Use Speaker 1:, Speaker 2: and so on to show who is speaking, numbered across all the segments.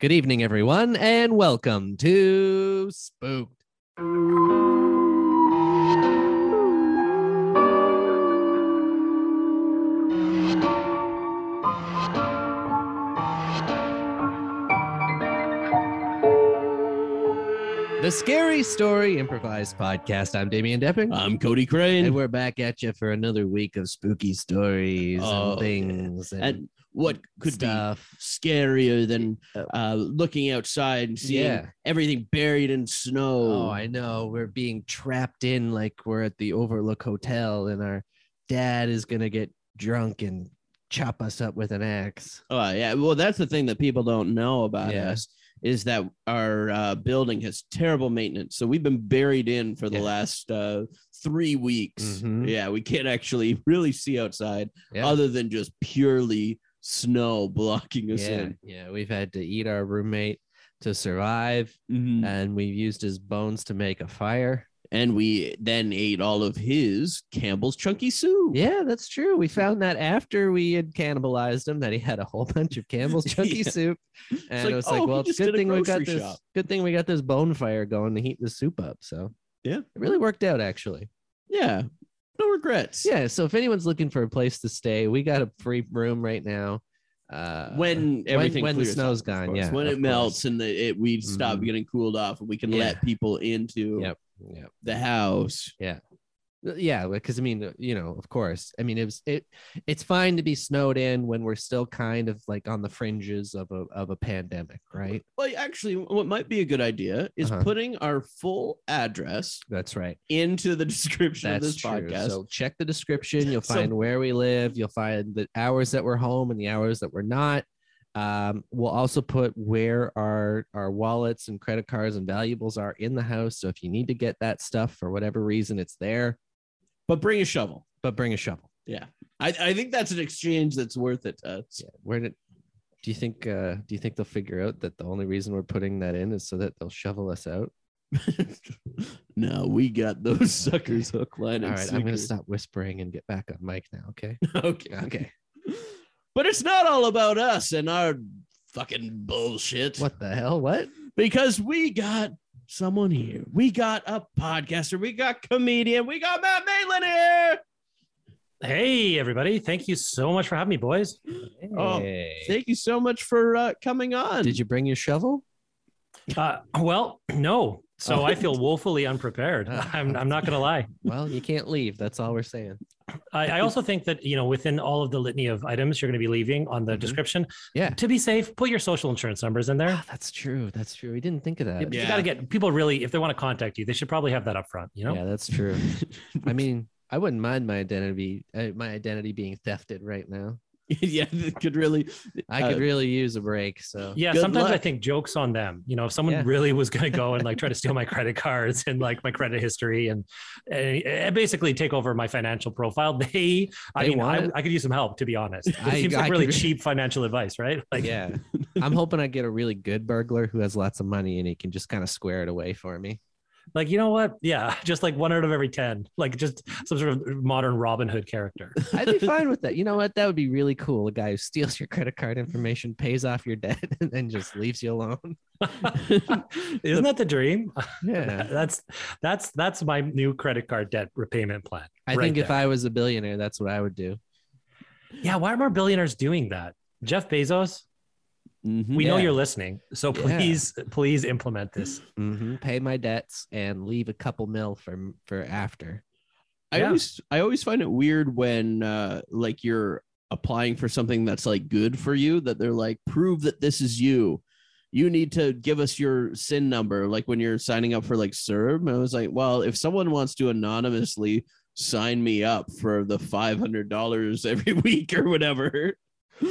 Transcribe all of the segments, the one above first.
Speaker 1: Good evening, everyone, and welcome to Spooked. The Scary Story Improvised Podcast. I'm Damian Depping.
Speaker 2: I'm Um, Cody
Speaker 1: and
Speaker 2: Crane.
Speaker 1: we're back at you for another week of spooky stories
Speaker 2: Oh,
Speaker 1: and things and,
Speaker 2: And what could
Speaker 1: stuff.
Speaker 2: be scarier than
Speaker 1: Uh,
Speaker 2: uh, looking outside and seeing
Speaker 1: Yeah.
Speaker 2: everything buried in snow?
Speaker 1: Oh, I know. We're being trapped in like we're at the Overlook Hotel, and our dad is gonna get drunk and chop us up with an axe.
Speaker 2: Oh, yeah. Well, that's the thing that people don't know about
Speaker 1: Yeah.
Speaker 2: us is that our uh, building has terrible maintenance. So we've been buried in for the
Speaker 1: Yeah.
Speaker 2: last uh, three weeks.
Speaker 1: Mhm.
Speaker 2: Yeah, we can't actually really see outside
Speaker 1: Yeah.
Speaker 2: other than just purely snow blocking us
Speaker 1: yeah,
Speaker 2: in.
Speaker 1: yeah. We've had to eat our roommate to survive,
Speaker 2: Mhm.
Speaker 1: and we've used his bones to make a fire.
Speaker 2: And we then ate all of his Campbell's Chunky Soup.
Speaker 1: Yeah, that's true. We found that after we had cannibalized him, that he had a whole bunch of Campbell's chunky
Speaker 2: Yeah.
Speaker 1: soup, and
Speaker 2: like,
Speaker 1: it was
Speaker 2: "Oh,
Speaker 1: like,
Speaker 2: he
Speaker 1: well, it's
Speaker 2: just
Speaker 1: good
Speaker 2: did a
Speaker 1: thing we got
Speaker 2: grocery
Speaker 1: this.
Speaker 2: shop."
Speaker 1: Good thing we got this bone fire going to heat the soup up. So
Speaker 2: Yeah.
Speaker 1: it really worked out actually.
Speaker 2: Yeah. No regrets.
Speaker 1: Yeah. So if anyone's looking for a place to stay, we got a free room right now. Uh,
Speaker 2: When everything
Speaker 1: when the
Speaker 2: clears up,
Speaker 1: snow's
Speaker 2: of
Speaker 1: gone,
Speaker 2: course.
Speaker 1: yeah,
Speaker 2: When
Speaker 1: of
Speaker 2: it
Speaker 1: course.
Speaker 2: melts and the, it we stop
Speaker 1: Mhm.
Speaker 2: getting cooled off and we can
Speaker 1: Yeah.
Speaker 2: let people into
Speaker 1: Yep. yeah,
Speaker 2: the house.
Speaker 1: yeah, because I mean, uh, you know, of course, I mean, it was it. It's fine to be snowed in when we're still kind of like on the fringes of a of a pandemic, right?
Speaker 2: Well, actually, what might be a good idea is
Speaker 1: Uh-huh.
Speaker 2: putting our full address
Speaker 1: That's right.
Speaker 2: into the description
Speaker 1: That's
Speaker 2: of this
Speaker 1: true.
Speaker 2: podcast.
Speaker 1: So check the description. You'll
Speaker 2: So-
Speaker 1: find where we live. You'll find the hours that we're home and the hours that we're not. Um, we'll also put where our our wallets and credit cards and valuables are in the house. So if you need to get that stuff for whatever reason, it's there.
Speaker 2: but bring a shovel.
Speaker 1: But bring a shovel.
Speaker 2: Yeah. I, I think that's an exchange that's worth it to us.
Speaker 1: Where did do you think uh, do you think they'll figure out that the only reason we're putting that in is so that they'll shovel us out?
Speaker 2: no, we got those suckers hook, line, and
Speaker 1: All right, I'm gonna
Speaker 2: sinker.
Speaker 1: stop whispering and get back on mic now. Okay.
Speaker 2: Okay.
Speaker 1: Okay.
Speaker 2: But it's not all about us and our fucking bullshit.
Speaker 1: what the hell? What?
Speaker 2: Because we got someone here. We got a podcaster. We got comedian. We got Matt Maitland here.
Speaker 3: Hey, everybody. Thank you so much for having me, boys.
Speaker 2: Oh,
Speaker 1: Hey.
Speaker 2: Thank you so much for uh, coming on.
Speaker 1: Did you bring your shovel?
Speaker 3: Uh, well, no. So
Speaker 1: Oh.
Speaker 3: I feel woefully unprepared.
Speaker 1: Ah.
Speaker 3: I'm, I'm not going to lie.
Speaker 1: Well, you can't leave. That's all we're saying.
Speaker 3: I, I also think that, you know, within all of the litany of items you're going to be leaving on the
Speaker 1: Mhm.
Speaker 3: description,
Speaker 1: Yeah.
Speaker 3: to be safe, put your social insurance numbers in there.
Speaker 1: Ah, that's true. That's true. We didn't think of that.
Speaker 3: You
Speaker 2: Yeah.
Speaker 3: got to get people really, if they want to contact you, they should probably have that up front, you know?
Speaker 1: Yeah, that's true. I mean, I wouldn't mind my identity, uh, my identity being thefted right now.
Speaker 2: yeah, that could really.
Speaker 1: I
Speaker 2: Uh,
Speaker 1: could really use a break. So
Speaker 3: Yeah,
Speaker 2: Good
Speaker 3: sometimes I
Speaker 2: luck.
Speaker 3: think jokes on them. You know, if someone
Speaker 1: Yeah.
Speaker 3: really was going to go and like try to steal my credit cards and like my credit history and, and, and basically take over my financial profile, they, I
Speaker 1: They
Speaker 3: mean,
Speaker 1: want
Speaker 3: I,
Speaker 1: it.
Speaker 3: I could use some help to be honest. It
Speaker 1: I-
Speaker 3: seems
Speaker 1: I
Speaker 3: like
Speaker 1: could
Speaker 3: really
Speaker 1: re-
Speaker 3: cheap financial advice, right? Like,
Speaker 1: yeah. I'm hoping I get a really good burglar who has lots of money and he can just kind of square it away for me.
Speaker 3: like you know what? Yeah, just like one out of every ten, like just some sort of modern Robin Hood character.
Speaker 1: I'd be fine with that. You know what? That would be really cool. A guy who steals your credit card information, pays off your debt, and then just leaves you alone.
Speaker 3: Isn't that the dream?
Speaker 1: Yeah.
Speaker 3: that's that's that's my new credit card debt repayment plan.
Speaker 1: I
Speaker 3: right
Speaker 1: think if
Speaker 3: there.
Speaker 1: I was a billionaire, that's what I would do.
Speaker 3: Yeah, why are more billionaires doing that? Jeff Bezos,
Speaker 2: Mhm.
Speaker 3: we know
Speaker 1: Mm-hmm. Yeah.
Speaker 3: you're listening so
Speaker 1: Yeah.
Speaker 3: please please implement this
Speaker 1: hmm Pay my debts and leave a couple mil for for after.
Speaker 2: I
Speaker 3: Yeah.
Speaker 2: always I always find it weird when uh like you're applying for something that's like good for you that they're like prove that this is you. You need to give us your sin number like when you're signing up for like CERB. And I was like, well, if someone wants to anonymously sign me up for the $500 every week or whatever,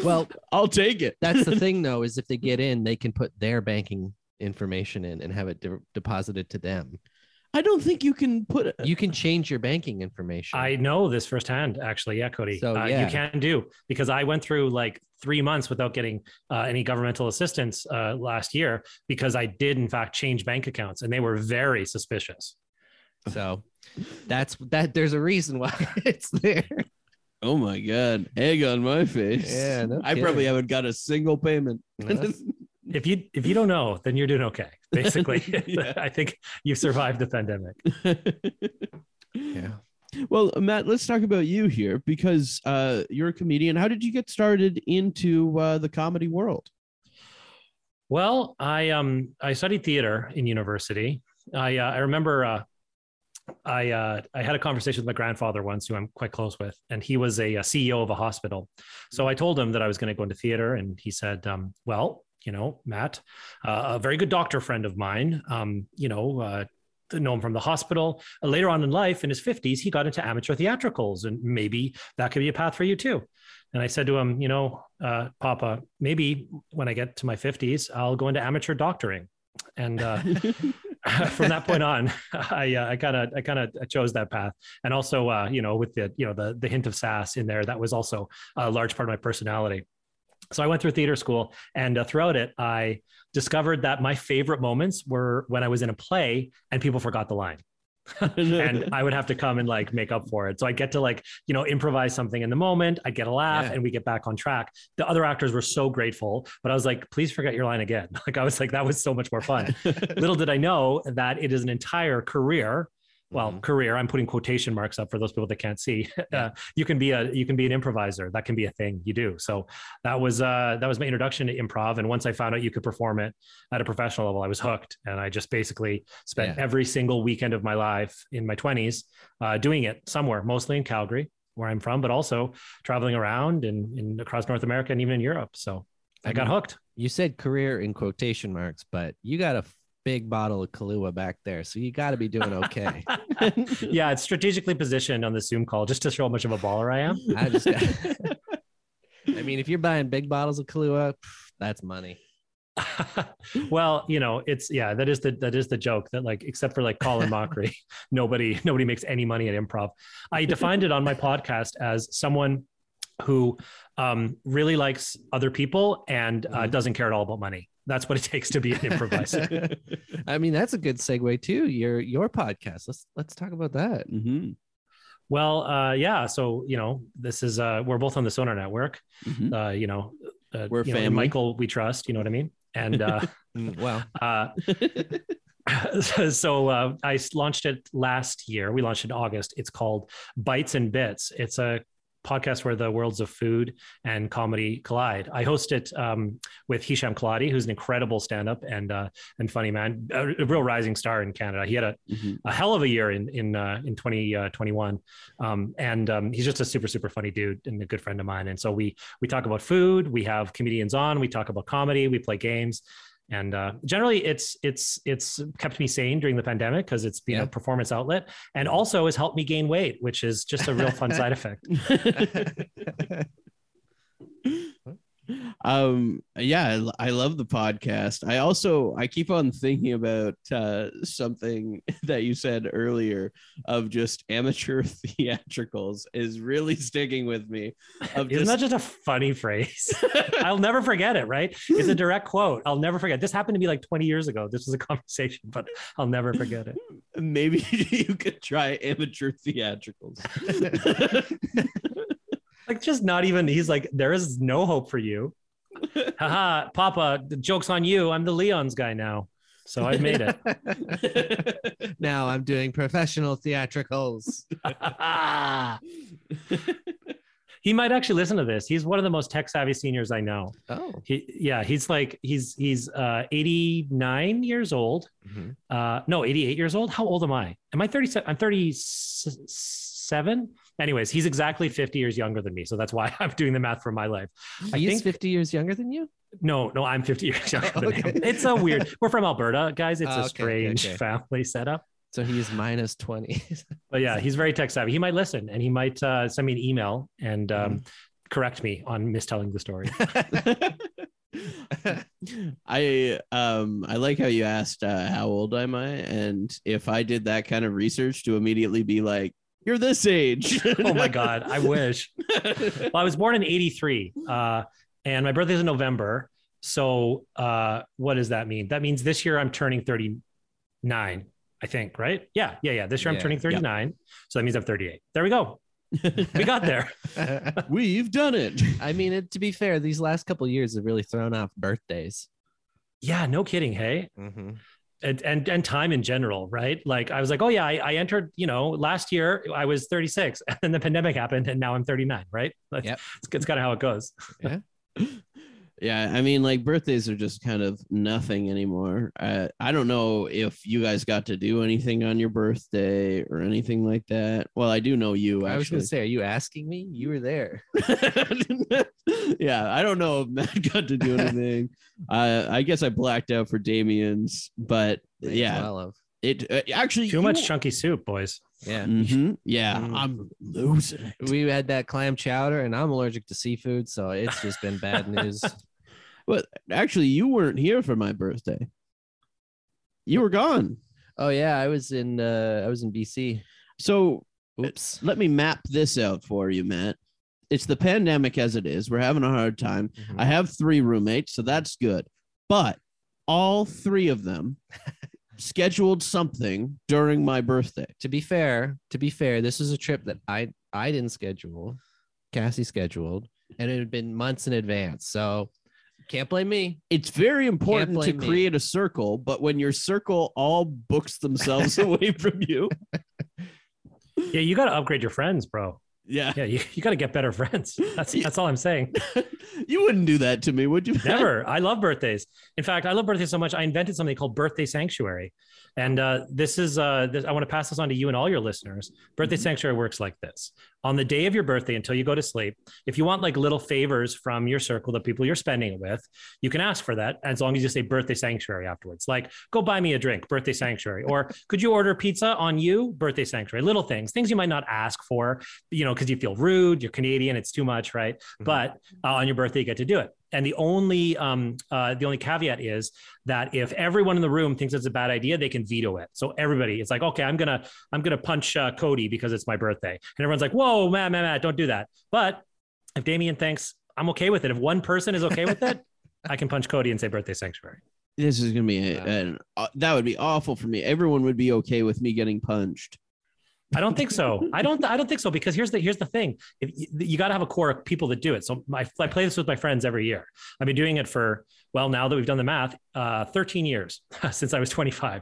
Speaker 1: Well,
Speaker 2: I'll take it.
Speaker 1: that's the thing though is if they get in, they can put their banking information in and have it de- deposited to them.
Speaker 2: I don't think you can put
Speaker 1: You can change your banking information.
Speaker 3: i know this firsthand actually yeah cody
Speaker 1: So,
Speaker 3: uh,
Speaker 1: yeah.
Speaker 3: you can do because i went through like three months without getting uh, any governmental assistance uh, last year because i did in fact change bank accounts and they were very suspicious
Speaker 1: so that's that. There's a reason why it's there.
Speaker 2: Oh my god, egg on my face.
Speaker 1: Yeah, no
Speaker 2: I probably
Speaker 1: kidding.
Speaker 2: haven't got a single payment.
Speaker 1: No.
Speaker 3: if you if you don't know, then you're doing okay. Basically,
Speaker 2: Yeah.
Speaker 3: I think you've survived the pandemic.
Speaker 1: Yeah.
Speaker 2: Well, Matt, let's talk about you here because uh, you're a comedian. How did you get started into uh, the comedy world?
Speaker 3: Well, I um I studied theater in university. I uh, I remember uh, I uh, I had a conversation with my grandfather once, who I'm quite close with, and he was a, a CEO of a hospital. So I told him that I was going to go into theater, and he said, um, "Well, you know, Matt, uh, a very good doctor friend of mine, um, you know." Uh, to know him from the hospital. Uh, Later on in life, in his 50s, he got into amateur theatricals, and maybe that could be a path for you too. And I said to him, you know, uh, Papa, maybe when I get to my 50s, I'll go into amateur doctoring. And uh, from that point on, I uh, I kind of I kind of chose that path, and also uh, you know with the you know the the hint of sass in there, that was also a large part of my personality. So I went through theater school, and uh, throughout it, I discovered that my favorite moments were when I was in a play and people forgot the line and I would have to come and like make up for it. So I get to like, you know, improvise something in the moment. I get a laugh
Speaker 2: Yeah.
Speaker 3: and we get back on track. The other actors were so grateful, but I was like, please forget your line again. Like I was like, that was so much more fun. Little did I know that it is an entire career. Well,
Speaker 1: Mhm.
Speaker 3: career. I'm putting quotation marks up for those people that can't see. Uh, you can be a you can be an improviser. That can be a thing you do. So that was uh, that was my introduction to improv. And once I found out you could perform it at a professional level, I was hooked. And I just basically spent
Speaker 1: Yeah.
Speaker 3: every single weekend of my life in my 20s uh, doing it somewhere, mostly in Calgary, where I'm from, but also traveling around and, and across North America and even in Europe. So I
Speaker 1: Mm-hmm.
Speaker 3: got hooked.
Speaker 1: You said career in quotation marks, but you got a f- big bottle of Kahlua back there, so you got to be doing okay.
Speaker 3: yeah, it's strategically positioned on the Zoom call just to show how much of a baller I am.
Speaker 1: I just, I mean, if you're buying big bottles of Kahlua, pff, that's money.
Speaker 3: well, you know, it's yeah, that is the that is the joke that like except for like Colin Mockery, nobody nobody makes any money at improv. I defined it on my podcast as someone who um, really likes other people and uh,
Speaker 2: Mm-hmm.
Speaker 1: Mhm.
Speaker 3: doesn't care at all about money. That's what it takes to be an improviser.
Speaker 1: I mean, that's a good segue too. Your your podcast. Let's let's talk about that.
Speaker 2: Mhm,
Speaker 3: well, uh, yeah, so you know, this is uh, we're both on the Sonar Network.
Speaker 2: mhm.
Speaker 3: Uh, you know, uh,
Speaker 2: We're
Speaker 3: you know,
Speaker 2: family.
Speaker 3: Michael, we trust. You know what I mean? And uh,
Speaker 1: Mm, Well,
Speaker 3: Uh, so uh, I s- launched it last year. We launched it in August. It's called Bites and Bits. It's a podcast where the worlds of food and comedy collide. I host it um, with Hisham Kaladi, who's an incredible stand-up and uh, and funny man, a, a real rising star in Canada. He had a
Speaker 2: Mhm.
Speaker 3: a hell of a year in in uh, in 2021 um, and um, he's just a super super funny dude and a good friend of mine and so we we talk about food we have comedians on we talk about comedy we play games and uh, generally it's it's it's kept me sane during the pandemic because it's been
Speaker 1: Yeah.
Speaker 3: a performance outlet and also has helped me gain weight which is just a real fun side effect
Speaker 2: um yeah I, l- I love the podcast i also i keep on thinking about uh something that you said earlier of just amateur theatricals is really sticking with me of just,
Speaker 3: isn't that just a funny phrase i'll never forget it right it's a direct quote i'll never forget this happened to me like 20 years ago this was a conversation but i'll never forget it
Speaker 2: maybe you could try amateur theatricals
Speaker 3: Like, just not even. He's like, there is no hope for you. Haha, Papa, the joke's on you. I'm the Leon's guy now. So I've made it.
Speaker 1: now I'm doing professional theatricals.
Speaker 3: he might actually listen to this. He's one of the most tech savvy seniors I know.
Speaker 1: Oh,
Speaker 3: He, yeah, he's like, he's, he's uh, 89 years old.
Speaker 1: mhm.
Speaker 3: Uh, no, 88 years old. How old am I? Am I 37? I'm 37. Anyways, he's exactly 50 years younger than me. So that's why I'm doing the math for my life. I
Speaker 1: he's
Speaker 3: think-
Speaker 1: 50 years younger than you.
Speaker 3: No, no, I'm 50 years younger than him.
Speaker 1: Okay.
Speaker 3: It's a weird. We're from Alberta, guys. It's
Speaker 1: Oh, okay,
Speaker 3: a
Speaker 1: okay,
Speaker 3: strange
Speaker 1: okay.
Speaker 3: family setup.
Speaker 1: So he's minus 20.
Speaker 3: But yeah, he's very tech savvy. He might listen and he might uh, send me an email and
Speaker 1: Mm-hmm.
Speaker 3: um, correct me on mistelling the story.
Speaker 2: I um I like how you asked uh, how old am I and if I did that kind of research to immediately be like you're this age.
Speaker 3: oh my god, I wish. Well, I was born in '83, uh, and my birthday's in November. So uh, what does that mean? That means this year I'm turning 39. I think, right? Yeah, yeah, yeah. This year
Speaker 1: Yeah,
Speaker 3: I'm turning
Speaker 2: yeah.
Speaker 3: 39. So that means I'm 38. There we go. We got there.
Speaker 2: We've done it.
Speaker 1: I mean, it, to be fair, these last couple of years have really thrown off birthdays.
Speaker 3: yeah, no kidding. Hey,
Speaker 1: Mm-hmm.
Speaker 3: and and and time in general, right? Like I was like, oh yeah, I, I entered, you know, last year I was 36, and then the pandemic happened, and now I'm 39, right? Like,
Speaker 1: Yep.
Speaker 3: it's, it's kind of how it goes.
Speaker 2: Yeah, I mean, like birthdays are just kind of nothing anymore. I I don't know if you guys got to do anything on your birthday or anything like that. Well, I do know you
Speaker 1: I was
Speaker 2: actually.
Speaker 1: going to say, are you asking me? You were there.
Speaker 2: yeah, I don't know if Matt got to do anything. I I guess I blacked out for Damien's, but
Speaker 1: Might as
Speaker 2: yeah,
Speaker 1: well have.
Speaker 2: it uh, actually
Speaker 3: Too much chunky soup, boys.
Speaker 1: Yeah.
Speaker 2: Mhm, Yeah,
Speaker 1: Mm.
Speaker 2: I'm losing. it.
Speaker 1: We had that clam chowder, and I'm allergic to seafood, so it's just been bad news.
Speaker 2: Actually, you weren't here for my birthday. You were gone.
Speaker 1: Oh yeah, I was in uh, I was in BC.
Speaker 2: So
Speaker 1: Oops.
Speaker 2: let me map this out for you, Matt. It's the pandemic as it is. We're having a hard time.
Speaker 1: Mhm.
Speaker 2: I have three roommates, so that's good. But all three of them scheduled something during my birthday.
Speaker 1: to be fair, to be fair, this was a trip that I I didn't schedule. Cassie scheduled, and it had been months in advance, so can't blame me.
Speaker 2: It's very important to
Speaker 1: blame me.
Speaker 2: create a circle, but when your circle all books themselves away from you,
Speaker 3: Yeah, you got to upgrade your friends, bro.
Speaker 2: yeah,
Speaker 3: Yeah, you, you got to get better friends. That's
Speaker 2: Yeah.
Speaker 3: that's all I'm saying.
Speaker 2: you wouldn't do that to me, would you? Matt?
Speaker 3: Never. I love birthdays. In fact, I love birthdays so much. I invented something called Birthday Sanctuary, and uh, this is uh, this, I want to pass this on to you and all your listeners. Birthday
Speaker 2: Mhm.
Speaker 3: Sanctuary works like this: on the day of your birthday, until you go to sleep, if you want like little favors from your circle, the people you're spending it with, you can ask for that as long as you say Birthday Sanctuary afterwards. Like, go buy me a drink, Birthday Sanctuary, or could you order pizza on you, Birthday Sanctuary? Little things, things you might not ask for, you know, because you feel rude, you're Canadian, it's too much, right?
Speaker 1: Mhm.
Speaker 3: But uh, on your birthday you get to do it and the only um, uh, the only caveat is that if everyone in the room thinks it's a bad idea they can veto it so everybody it's like okay i'm gonna i'm gonna punch uh, cody because it's my birthday and everyone's like whoa man man man don't do that but if damien thinks i'm okay with it if one person is okay with it i can punch cody and say birthday sanctuary
Speaker 2: This is gonna be a,
Speaker 1: Wow.
Speaker 2: an, uh, that would be awful for me. Everyone would be okay with me getting punched.
Speaker 3: I don't think so. I don't. I don't think so because here's the here's the thing. If you you got to have a core of people that do it. So my, I play this with my friends every year. I've been doing it for well now that we've done the math, uh, 13 years since I was 25,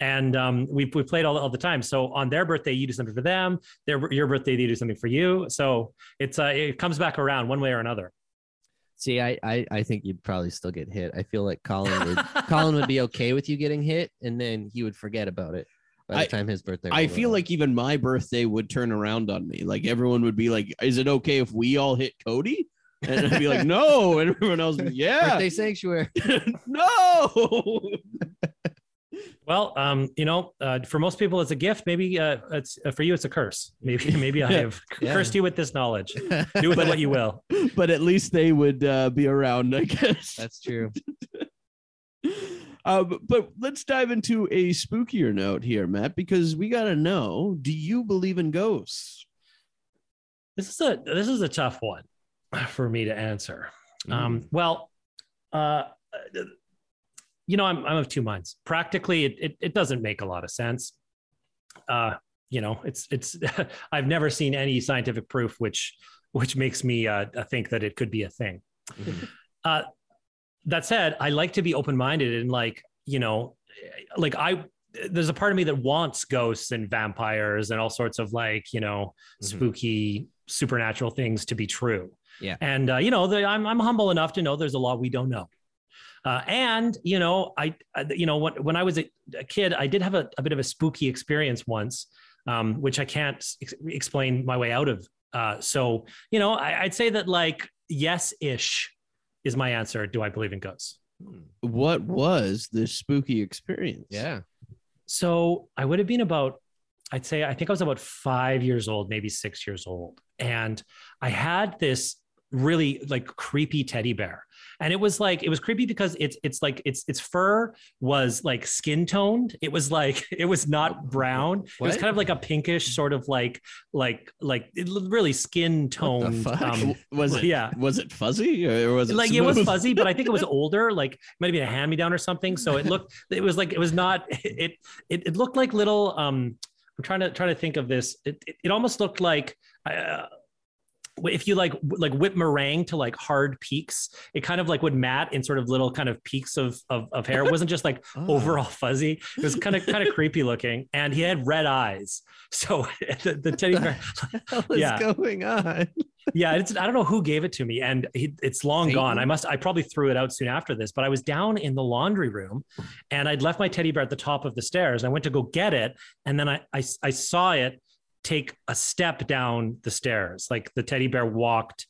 Speaker 3: and um, we we played all all the time. So on their birthday, you do something for them. Their your birthday, they do something for you. So it's uh, it comes back around one way or another.
Speaker 1: See, I, I I think you'd probably still get hit. I feel like Colin would Colin would be okay with you getting hit, and then he would forget about it by the
Speaker 2: I-
Speaker 1: time his birthday.
Speaker 2: I
Speaker 1: rolled
Speaker 2: feel
Speaker 1: around.
Speaker 2: like even my birthday would turn around on me. Like everyone would be like, "Is it okay if we all hit Cody?" And I'd be like, "No," and everyone else, would be, "Yeah,
Speaker 1: birthday sanctuary.
Speaker 2: no."
Speaker 3: Well, um, you know, uh, for most people it's a gift. Maybe uh, it's uh, for you it's a curse. Maybe maybe I
Speaker 2: Yeah.
Speaker 3: have
Speaker 1: Yeah.
Speaker 3: cursed you with this knowledge. Do with it what you will.
Speaker 2: But at least they would uh, be around, I guess.
Speaker 1: That's true.
Speaker 2: Um, but let's dive into a spookier note here, Matt, because we gotta know: Do you believe in ghosts?
Speaker 3: This is a this is a tough one for me to answer. Um, well, uh, you know, I'm I'm of two minds. Practically, it it, it doesn't make a lot of sense. Uh, you know, it's it's I've never seen any scientific proof which which makes me uh, think that it could be a thing.
Speaker 1: Mhm.
Speaker 3: Uh, that said, I like to be open minded and like you know, like I there's a part of me that wants ghosts and vampires and all sorts of like you know
Speaker 1: Mhm.
Speaker 3: spooky supernatural things to be true.
Speaker 1: Yeah.
Speaker 3: And uh, you know, the, I'm I'm humble enough to know there's a lot we don't know. Uh, and you know, I, I you know when when I was a, a kid, I did have a, a bit of a spooky experience once, um, which I can't ex- explain my way out of. Uh, so you know, I, I'd say that like yes ish is my answer. Do I believe in ghosts?
Speaker 2: What was this spooky experience?
Speaker 1: Yeah.
Speaker 3: So I would have been about, I'd say, I think I was about five years old, maybe six years old. And I had this really like creepy teddy bear. And it was like, it was creepy because it's, it's like, it's, its fur was like skin toned. It was like, it was not brown. It was
Speaker 1: What?
Speaker 3: kind of like a pinkish sort of like, like, like it l- really skin toned.
Speaker 1: fuck?
Speaker 3: Um,
Speaker 2: W- was it?
Speaker 3: yeah.
Speaker 2: Was it fuzzy or was it
Speaker 3: like it was
Speaker 2: smooth?
Speaker 3: fuzzy, but I think it was older. Like it might have been a hand me down or something. So it looked, it was like it was not. It it, it looked like little. Um, I'm trying to trying to think of this. It it, it almost looked like. Uh, if you like like whip meringue to like hard peaks, it kind of like would mat in sort of little kind of peaks of of, of hair. It wasn't just like
Speaker 2: Hmm.
Speaker 1: Ah.
Speaker 3: overall fuzzy. It was kind of kind of creepy looking, and he had red eyes. So the, the teddy bear,
Speaker 1: hell is
Speaker 3: Yeah.
Speaker 1: going on?
Speaker 3: yeah, it's I don't know who gave it to me, and he, it's long
Speaker 1: Satan?
Speaker 3: gone. I must I probably threw it out soon after this, but I was down in the laundry room, and I'd left my teddy bear at the top of the stairs. I went to go get it, and then I I, I saw it take a step down the stairs, like the teddy bear walked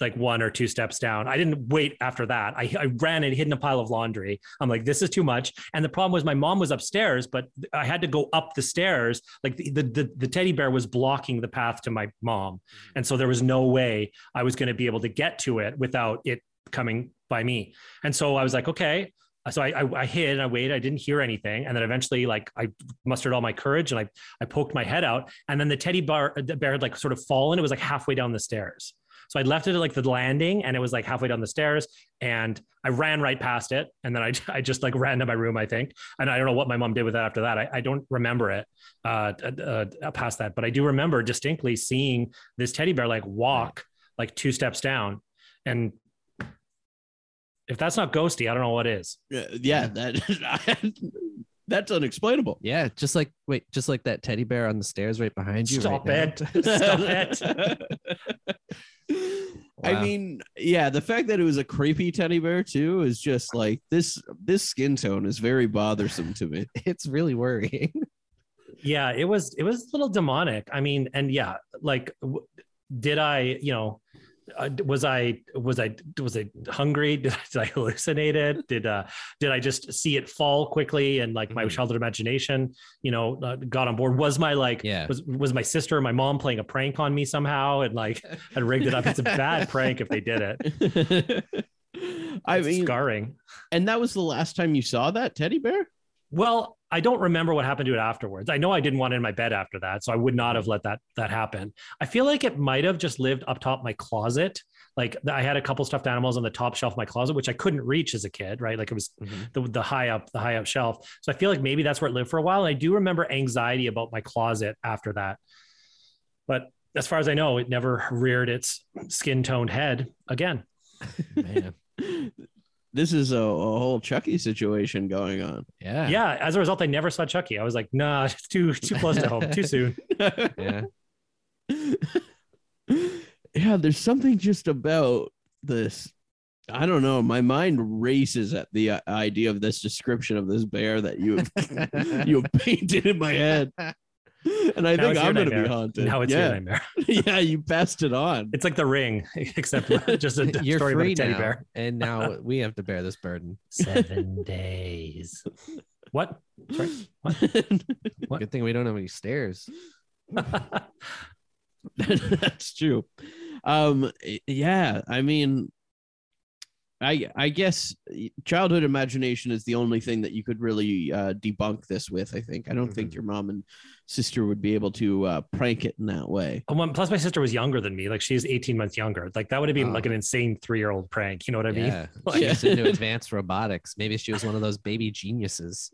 Speaker 3: like one or two steps down. I didn't wait after that. I, I ran and hid in a pile of laundry. I'm like, this is too much. And the problem was my mom was upstairs, but I had to go up the stairs. Like the the, the, the teddy bear was blocking the path to my mom. And so there was no way I was going to be able to get to it without it coming by me. And so I was like, okay. So I, I, I hid and I waited. I didn't hear anything. And then eventually, like I mustered all my courage and I, I poked my head out. And then the teddy bar, the bear had like sort of fallen. It was like halfway down the stairs. So I left it at like the landing and it was like halfway down the stairs. And I ran right past it. And then I, I just like ran to my room, I think. And I don't know what my mom did with that after that. I, I don't remember it uh, uh, uh, past that. But I do remember distinctly seeing this teddy bear like walk like two steps down and if that's not ghosty i don't know what is
Speaker 2: Uh, yeah, that that's unexplainable.
Speaker 1: Yeah, just like wait, just like that teddy bear on the stairs right behind you.
Speaker 3: stop
Speaker 1: right now.
Speaker 3: it stop it
Speaker 2: I
Speaker 1: Wow.
Speaker 2: mean, yeah, the fact that it was a creepy teddy bear too is just like this. This skin tone is very bothersome to me.
Speaker 1: It's really worrying.
Speaker 3: yeah it was it was a little demonic i mean and yeah like w- did i you know uh, d- was i was i was i hungry did I, did I hallucinate it did uh did i just see it fall quickly and like my
Speaker 2: Mm-hmm.
Speaker 1: Mhm.
Speaker 3: childhood imagination you know uh, got on board was my like
Speaker 1: Yeah.
Speaker 3: was was my sister or my mom playing a prank on me somehow and like had rigged it up it's a bad prank if they did it
Speaker 2: I
Speaker 3: It's
Speaker 2: mean,
Speaker 3: scarring
Speaker 2: and that was the last time you saw that teddy bear.
Speaker 3: Well, I don't remember what happened to it afterwards. I know I didn't want it in my bed after that, so I would not have let that that happen. I feel like it might have just lived up top my closet. Like th- I had a couple stuffed animals on the top shelf of my closet, which I couldn't reach as a kid, right? Like it was the, the high up the high up shelf. So I feel like maybe that's where it lived for a while. And I do remember anxiety about my closet after that, but as far as I know, it never reared its skin toned head again.
Speaker 1: Man.
Speaker 2: This is a, a whole Chucky situation going on.
Speaker 1: Yeah.
Speaker 3: Yeah. As a result, I never saw Chucky. I was like, nah, it's too too close to home, too soon.
Speaker 1: Yeah.
Speaker 2: yeah, there's something just about this. I don't know. My mind races at the uh, idea of this description of this bear that you have, you have painted in my head, and I
Speaker 3: Now
Speaker 2: think
Speaker 3: it's your
Speaker 2: I'm going to be
Speaker 3: nightmare.
Speaker 2: haunted.
Speaker 3: Now it's your
Speaker 2: yeah,
Speaker 3: nightmare.
Speaker 2: yeah, you passed it on.
Speaker 3: It's like the ring, except just a d-
Speaker 1: You're
Speaker 3: story about
Speaker 1: free
Speaker 3: a teddy
Speaker 1: now,
Speaker 3: bear.
Speaker 1: and now we have to bear this burden.
Speaker 3: Seven days. What? Sorry, what? What?
Speaker 1: Good thing we don't have any stairs.
Speaker 2: That's true. Um, yeah, I mean, I I guess childhood imagination is the only thing that you could really uh, debunk this with. I think I don't think
Speaker 3: Mm-hmm.
Speaker 2: your mom and sister would be able to uh, prank it in that way.
Speaker 3: Oh, well, plus, my sister was younger than me. Like, she's 18 months younger. Like, that would have been
Speaker 1: Oh.
Speaker 3: like an insane three year old prank. You know what I mean?
Speaker 1: yeah.
Speaker 3: like-
Speaker 1: She used to do advanced robotics. Maybe she was one of those baby geniuses.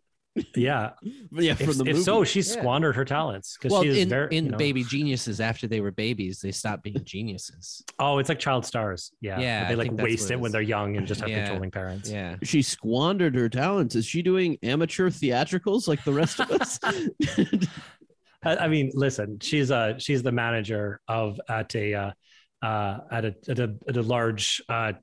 Speaker 3: Yeah.
Speaker 2: But yeah,
Speaker 3: If,
Speaker 2: from the
Speaker 3: if
Speaker 2: movie.
Speaker 3: so, she
Speaker 1: Yeah.
Speaker 3: squandered her talents because
Speaker 1: Well,
Speaker 3: she is
Speaker 1: in,
Speaker 3: very.
Speaker 1: in
Speaker 3: you know-
Speaker 1: baby geniuses, after they were babies, they stopped being geniuses.
Speaker 3: Oh, it's like child stars. Yeah.
Speaker 1: Yeah,
Speaker 3: They
Speaker 1: I
Speaker 3: like
Speaker 1: think that's
Speaker 3: waste
Speaker 1: what it
Speaker 3: it when
Speaker 1: is.
Speaker 3: they're young and just have
Speaker 1: Yeah.
Speaker 3: controlling parents.
Speaker 1: Yeah.
Speaker 2: she squandered her talents. Is she doing amateur theatricals like the rest of us?
Speaker 3: I, I mean, listen, she's uh she's the manager of at a uh, uh at a at a, at a large uh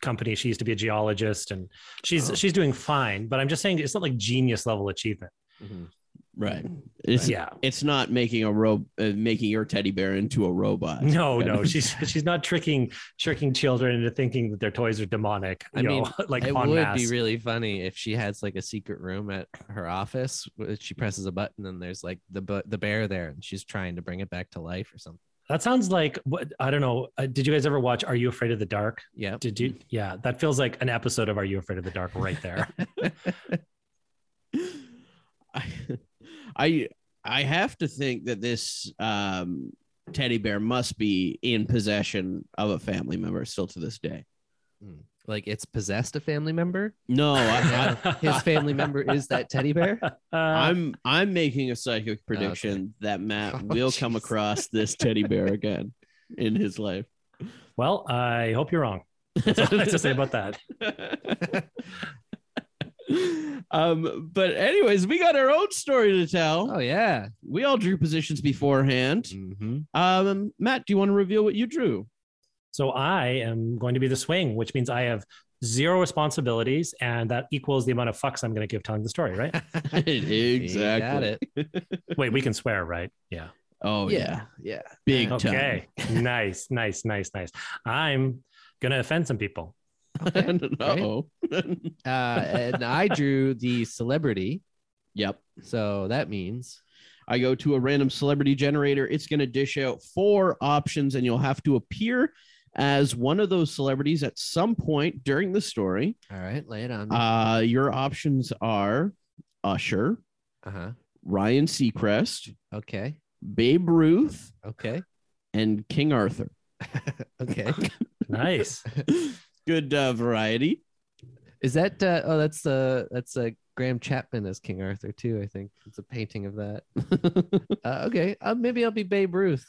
Speaker 3: company. She used to be a geologist, and she's
Speaker 2: Oh.
Speaker 3: she's doing fine. But I'm just saying, it's not like genius level achievement.
Speaker 1: Mhm.
Speaker 2: right. It's
Speaker 3: Yeah.
Speaker 2: it's not making a robe uh, making your teddy bear into a robot.
Speaker 3: No,
Speaker 2: Kind
Speaker 3: no,
Speaker 2: of-
Speaker 3: she's she's not tricking tricking children into thinking that their toys are demonic.
Speaker 1: I
Speaker 3: You know,
Speaker 1: mean,
Speaker 3: like
Speaker 1: it
Speaker 3: en
Speaker 1: would
Speaker 3: masse.
Speaker 1: be really funny if she has like a secret room at her office. where She presses a button and there's like the bu- the bear there, and she's trying to bring it back to life or something.
Speaker 3: that sounds like what I don't know. Uh, did you guys ever watch Are You Afraid of the Dark?
Speaker 1: Yeah.
Speaker 3: Did you? Yeah, that feels like an episode of Are You Afraid of the Dark right there.
Speaker 2: I, I I have to think that this um, teddy bear must be in possession of a family member still to this day.
Speaker 1: Like it's possessed a family member.
Speaker 2: No, I,
Speaker 1: His family member is that teddy bear.
Speaker 2: I,
Speaker 3: Uh,
Speaker 2: I'm I'm making a psychic prediction that Matt
Speaker 1: Oh,
Speaker 2: will come
Speaker 1: jeez.
Speaker 2: across this teddy bear again. in his life.
Speaker 3: Well, I hope you're wrong. That's all I have to say about that.
Speaker 2: um, but anyways, we got our own story to tell.
Speaker 1: Oh yeah.
Speaker 2: We all drew positions beforehand.
Speaker 3: Mm-hmm.
Speaker 2: Um, Matt, do you want to reveal what you drew?
Speaker 3: So I am going to be the swing, which means I have zero responsibilities, and that equals the amount of fucks I'm going to give telling the story, right?
Speaker 1: You Got
Speaker 2: exactly.
Speaker 1: it.
Speaker 3: Wait, we can swear, right? Yeah.
Speaker 2: Oh yeah,
Speaker 1: yeah. Yeah.
Speaker 2: big
Speaker 3: okay. nice, nice, nice, nice. I'm going to offend some people.
Speaker 2: time. oh.
Speaker 1: Uh, and I drew the celebrity,
Speaker 2: yep.
Speaker 1: so that means
Speaker 2: I go to a random celebrity generator. It's going to dish out four options, and you'll have to appear as one of those celebrities at some point during the story.
Speaker 1: all right. Lay it on. me.
Speaker 2: Uh, your options are Usher,
Speaker 1: Uh huh.
Speaker 2: Ryan Seacrest,
Speaker 1: Okay.
Speaker 2: Babe Ruth,
Speaker 1: Okay.
Speaker 2: and King Arthur.
Speaker 1: Okay.
Speaker 3: Nice.
Speaker 2: Good uh, variety.
Speaker 1: Is that? Uh, oh, that's uh, that's uh, Graham Chapman as King Arthur too. I think it's a painting of that. Uh, okay. Uh, maybe I'll be Babe Ruth.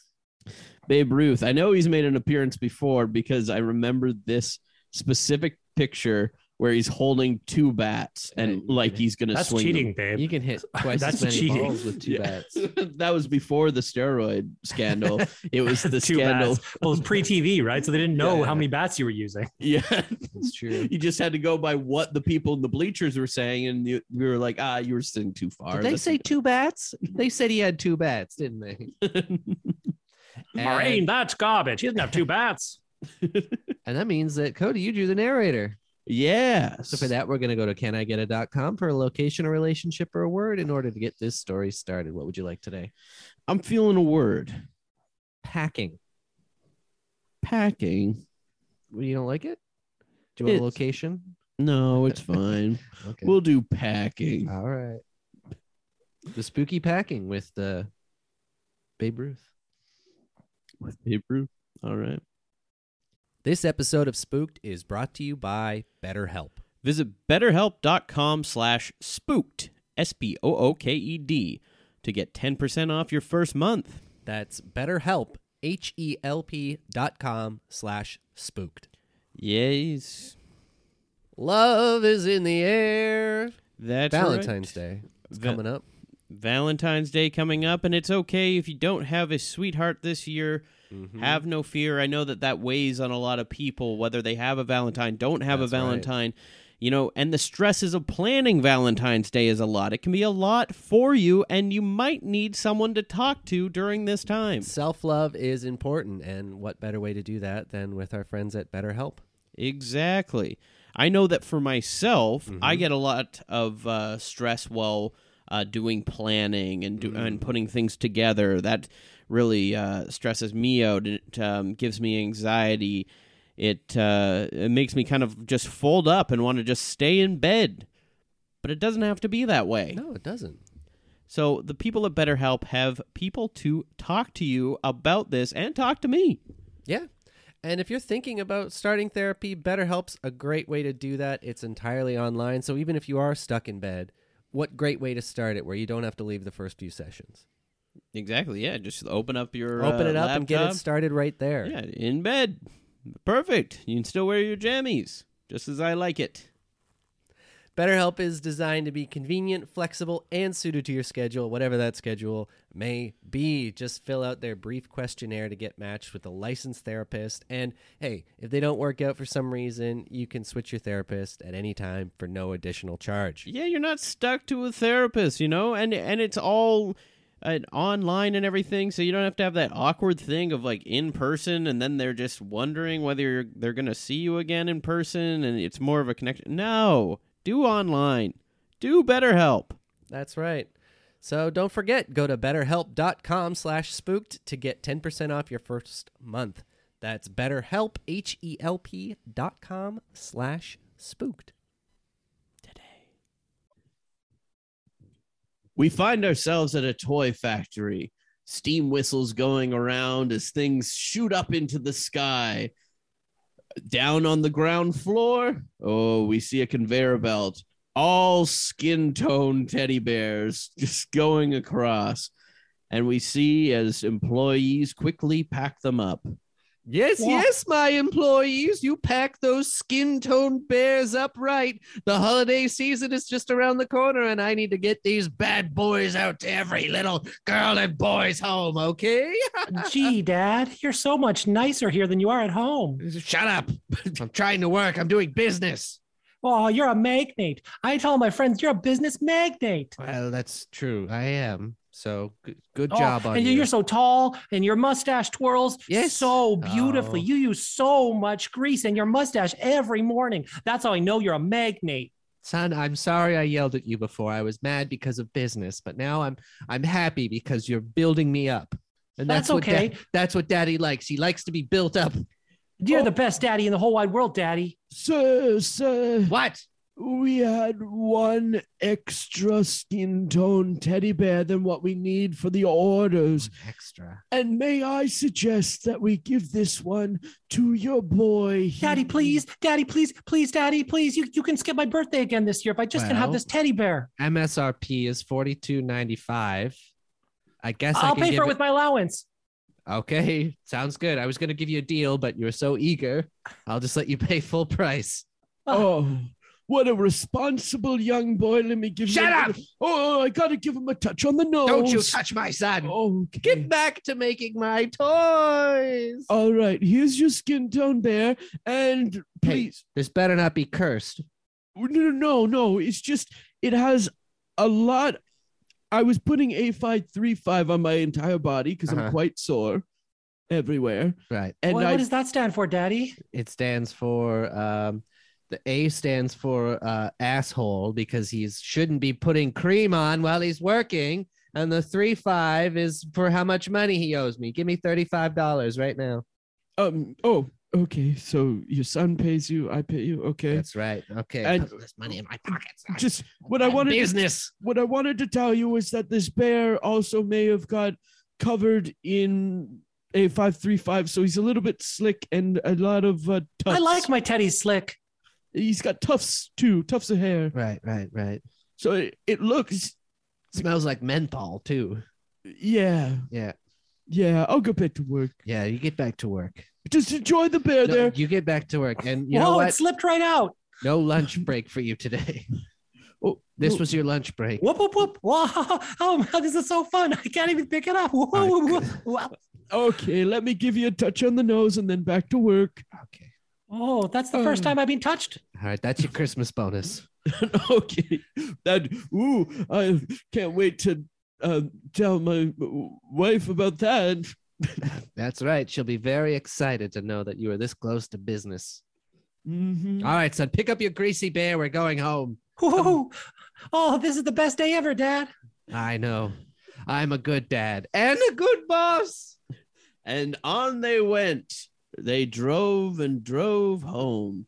Speaker 2: Babe Ruth. I know he's made an appearance before because I remember this specific picture where he's holding two bats and
Speaker 1: Yeah,
Speaker 2: like he's gonna
Speaker 3: That's
Speaker 2: swing. them.
Speaker 3: cheating, babe.
Speaker 1: You can hit twice as
Speaker 3: That's
Speaker 1: many
Speaker 3: cheating.
Speaker 1: balls with two
Speaker 2: Yeah.
Speaker 1: bats.
Speaker 2: that was before the steroid scandal. it was the
Speaker 3: Two
Speaker 2: scandal.
Speaker 3: bats. Well, it's pre-TV, right? So they didn't know
Speaker 1: Yeah,
Speaker 3: how
Speaker 1: yeah.
Speaker 3: many bats you were using.
Speaker 2: Yeah,
Speaker 1: It's true.
Speaker 2: you just had to go by what the people in the bleachers were saying, and you, you were like, ah, you were sitting too far.
Speaker 1: Did they
Speaker 2: That's-
Speaker 1: say two bats? They said he had two bats, didn't they?
Speaker 3: Maureen,
Speaker 1: And,
Speaker 3: that's garbage. He doesn't have two bats.
Speaker 1: and that means that Cody, you drew the narrator.
Speaker 2: yes.
Speaker 1: So for that, we're going to go to caniget.com for a location, a relationship, or a word in order to get this story started. What would you like today?
Speaker 2: I'm feeling a word.
Speaker 1: Packing.
Speaker 2: Packing.
Speaker 1: Well, You don't like it? Do you want
Speaker 2: It's-
Speaker 1: a location?
Speaker 2: No, it's fine.
Speaker 1: Okay.
Speaker 2: We'll do packing.
Speaker 1: All right. The spooky packing with the Babe Ruth.
Speaker 2: with Babe Ruth. All right.
Speaker 1: This episode of Spooked is brought to you by BetterHelp.
Speaker 2: Visit betterhelp.com slash spooked, S-P-O-O-K-E-D, E to get 10% off your first month.
Speaker 1: That's BetterHelp, H-E-L-P dot com slash spooked.
Speaker 2: Yes.
Speaker 1: Love is in the air.
Speaker 2: That's
Speaker 1: Valentine's Day
Speaker 2: right.
Speaker 1: is
Speaker 2: Va-
Speaker 1: coming up.
Speaker 2: Valentine's Day coming up, and it's okay if you don't have a sweetheart this year.
Speaker 1: Hmm?
Speaker 2: Have no fear. I know that that weighs on a lot of people, whether they have a Valentine, don't have
Speaker 1: That's
Speaker 2: a
Speaker 1: right.
Speaker 2: Valentine, you know, and the stresses of planning Valentine's Day is a lot. It can be a lot for you, and you might need someone to talk to during this time.
Speaker 1: Self love is important, and what better way to do that than with our friends at BetterHelp?
Speaker 2: Exactly. I know that for myself, I get a lot of uh, stress while uh, doing planning and do- and putting things together. That really uh, stresses me out. and It um, gives me anxiety. It uh, it makes me kind of just fold up and want to just stay in bed. But it doesn't have to be that way.
Speaker 1: No, it doesn't.
Speaker 2: So the people at BetterHelp have people to talk to you about this and talk to me.
Speaker 1: Yeah. And if you're thinking about starting therapy, BetterHelp's a great way to do that. It's entirely online. So even if you are stuck in bed, what great way to start it where you don't have to leave the first few sessions?
Speaker 2: Exactly. Yeah. Just open up your
Speaker 1: Open
Speaker 2: uh,
Speaker 1: it up and get it
Speaker 2: laptop.
Speaker 1: started right there.
Speaker 2: Yeah, in bed. Perfect. You can still wear your jammies, just as I like it.
Speaker 1: BetterHelp is designed to be convenient, flexible, and suited to your schedule, whatever that schedule may be. Just fill out their brief questionnaire to get matched with a licensed therapist. And hey, if they don't work out for some reason, you can switch your therapist at any time for no additional charge.
Speaker 2: Yeah, you're not stuck to a therapist, you know, and and it's all uh, online and everything, so you don't have to have that awkward thing of like in person, and then they're just wondering whether you're, they're gonna see you again in person, and it's more of a connection. No, do online, do BetterHelp.
Speaker 1: That's right. So don't forget, go to betterhelp.com slash spooked to get 10% off your first month. That's betterhelp, H-E-L-P dot com slash spooked.
Speaker 2: We find ourselves at a toy factory, steam whistles going around as things shoot up into the sky. Down on the ground floor, oh, we see a conveyor belt, all skin tone teddy bears just going across. And we see as employees quickly pack them up.
Speaker 1: Yes,
Speaker 3: Yeah.
Speaker 1: yes, my employees, you pack those skin toned bears up right. The holiday season is just around the corner, and I need to get these bad boys out to every little girl and boy's home, okay?
Speaker 3: Gee, Dad, you're so much nicer here than you are at home.
Speaker 1: Shut up. I'm trying to work, I'm doing business.
Speaker 3: Oh, you're a magnate. I tell my friends you're a business magnate.
Speaker 1: Well, that's true. I am. So good, good
Speaker 3: Oh,
Speaker 1: job on
Speaker 3: and
Speaker 1: you.
Speaker 3: you're so tall, and your mustache twirls
Speaker 1: Yes.
Speaker 3: so beautifully.
Speaker 1: Oh.
Speaker 3: You use so much grease in your mustache every morning. That's how I know you're a magnate.
Speaker 1: Son, I'm sorry I yelled at you before. I was mad because of business, but now I'm I'm happy because you're building me up. And
Speaker 3: That's
Speaker 1: that's, what da-
Speaker 3: okay.
Speaker 1: that's what daddy likes. He likes to be built up.
Speaker 3: You're
Speaker 2: Oh.
Speaker 3: the best daddy in the whole wide world, Daddy.
Speaker 2: Sir, sir,
Speaker 1: What?
Speaker 2: we had one extra skin tone teddy bear than what we need for the orders.
Speaker 1: Extra.
Speaker 2: And may I suggest that we give this one to your boy?
Speaker 3: Daddy,
Speaker 1: Mm-hmm.
Speaker 3: please, Daddy, please, please, Daddy, please. You you can skip my birthday again this year if I just can have
Speaker 1: Well,
Speaker 3: this teddy bear.
Speaker 1: MSRP is forty two ninety five. I guess I
Speaker 3: I'll
Speaker 1: can
Speaker 3: pay
Speaker 1: give
Speaker 3: for it with my allowance.
Speaker 1: Okay, sounds good. I was gonna give you a deal, but you were so eager. I'll just let you pay full price.
Speaker 2: Oh, what a responsible young boy. Let me give
Speaker 1: Shut
Speaker 2: you. a
Speaker 1: up!
Speaker 2: little- Oh, I gotta give him a touch on the nose.
Speaker 1: my son.
Speaker 2: Oh,
Speaker 1: Get back to making my toys.
Speaker 3: Oh.
Speaker 2: All right, here's your skin tone bear, and please,
Speaker 1: This better not be cursed.
Speaker 2: no, no, no, no. It's just it has a lot. I was putting a five three five on my entire body because
Speaker 1: Uh-huh.
Speaker 2: I'm quite sore everywhere,
Speaker 1: Right.
Speaker 2: and
Speaker 3: what,
Speaker 2: I
Speaker 3: what does that stand for, Daddy?
Speaker 1: It stands for um, the A stands for uh, asshole because he shouldn't be putting cream on while he's working. And the three five is for how much money he owes me. Give me thirty five dollars right now.
Speaker 2: um oh okay. So your son pays you, I pay you. Okay,
Speaker 1: That's right. Okay.
Speaker 2: And-
Speaker 1: put this money in my pockets.
Speaker 2: just what I wanted. to-
Speaker 1: business.
Speaker 2: what I wanted to tell you is that this bear also may have got covered in a five three five, so he's a little bit slick and a lot of uh, tufts.
Speaker 3: I like my teddy slick.
Speaker 2: He's got tufts too, tufts of hair.
Speaker 1: Right. Right. Right.
Speaker 2: So it, it looks,
Speaker 1: Smells like menthol too.
Speaker 2: yeah,
Speaker 1: Yeah.
Speaker 2: yeah. I'll go back to work.
Speaker 1: Yeah. You get back to work.
Speaker 2: Just enjoy the bear
Speaker 1: No,
Speaker 2: there.
Speaker 1: you get back to work, and you
Speaker 3: Whoa,
Speaker 1: know
Speaker 3: it
Speaker 1: what?
Speaker 3: slipped right out.
Speaker 1: No lunch break for you today.
Speaker 2: Oh,
Speaker 1: This
Speaker 2: oh,
Speaker 1: was your lunch break.
Speaker 3: Whoop whoop whoop! Wow! Oh, wow, this is so fun. I can't even pick it up. Whoa,
Speaker 1: I
Speaker 3: whoa, whoa, wow.
Speaker 2: okay. Let me give you a touch on the nose and then back to work.
Speaker 1: Okay.
Speaker 3: Oh, that's the first
Speaker 2: Oh.
Speaker 3: time I've been touched.
Speaker 1: All right. That's your Christmas bonus.
Speaker 2: okay, that ooh, I can't wait to uh, tell my wife about that.
Speaker 1: That's right. She'll be very excited to know that you are this close to business.
Speaker 2: Mhm.
Speaker 1: All right, son, pick up your greasy bear. We're going home.
Speaker 3: Whoa. Oh, this is the best day ever, Dad.
Speaker 1: I know. I'm a good dad and a good boss.
Speaker 2: And on they went. They drove and drove home.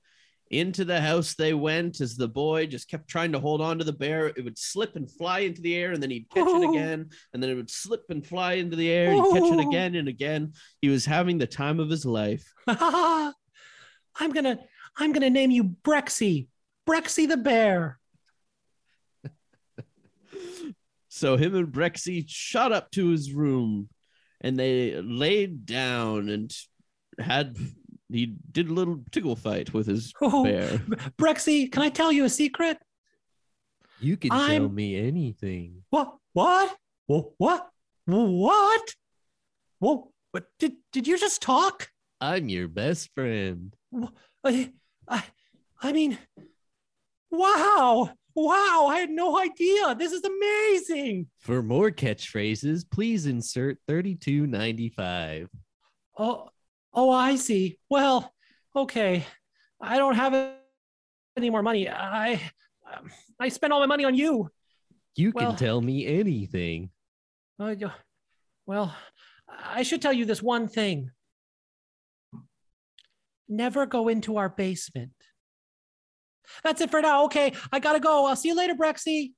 Speaker 2: Into the house they went as the boy just kept trying to hold on to the bear. It would slip and fly into the air, and then he'd catch it
Speaker 3: Ooh.
Speaker 2: again, and then it would slip and fly into the air, and catch it
Speaker 3: Ooh.
Speaker 2: again and again. He was having the time of his life.
Speaker 3: I'm gonna I'm gonna name you Brexy. Brexy the bear.
Speaker 2: So him and Brexy shot up to his room and they laid down and had he did a little tickle fight with his
Speaker 3: Oh,
Speaker 2: bear.
Speaker 3: Brexy, can I tell you a secret?
Speaker 1: You can
Speaker 3: tell I'm-
Speaker 1: me anything.
Speaker 3: What? What? Wha- What? What? Whoa! What? Did Did you just talk?
Speaker 1: I'm your best friend.
Speaker 3: I, I, I mean, wow, wow! I had no idea. This is amazing.
Speaker 1: For more catchphrases, please insert 3295.
Speaker 3: Oh, oh, I see. Well, okay. I don't have any more money. I, um, I spent all my money on you.
Speaker 1: You
Speaker 3: Well-
Speaker 1: can tell me anything.
Speaker 3: Uh, you- well, I should tell you this one thing. Never go into our basement. That's it for now. Okay, I gotta go. I'll see you later, Brexy.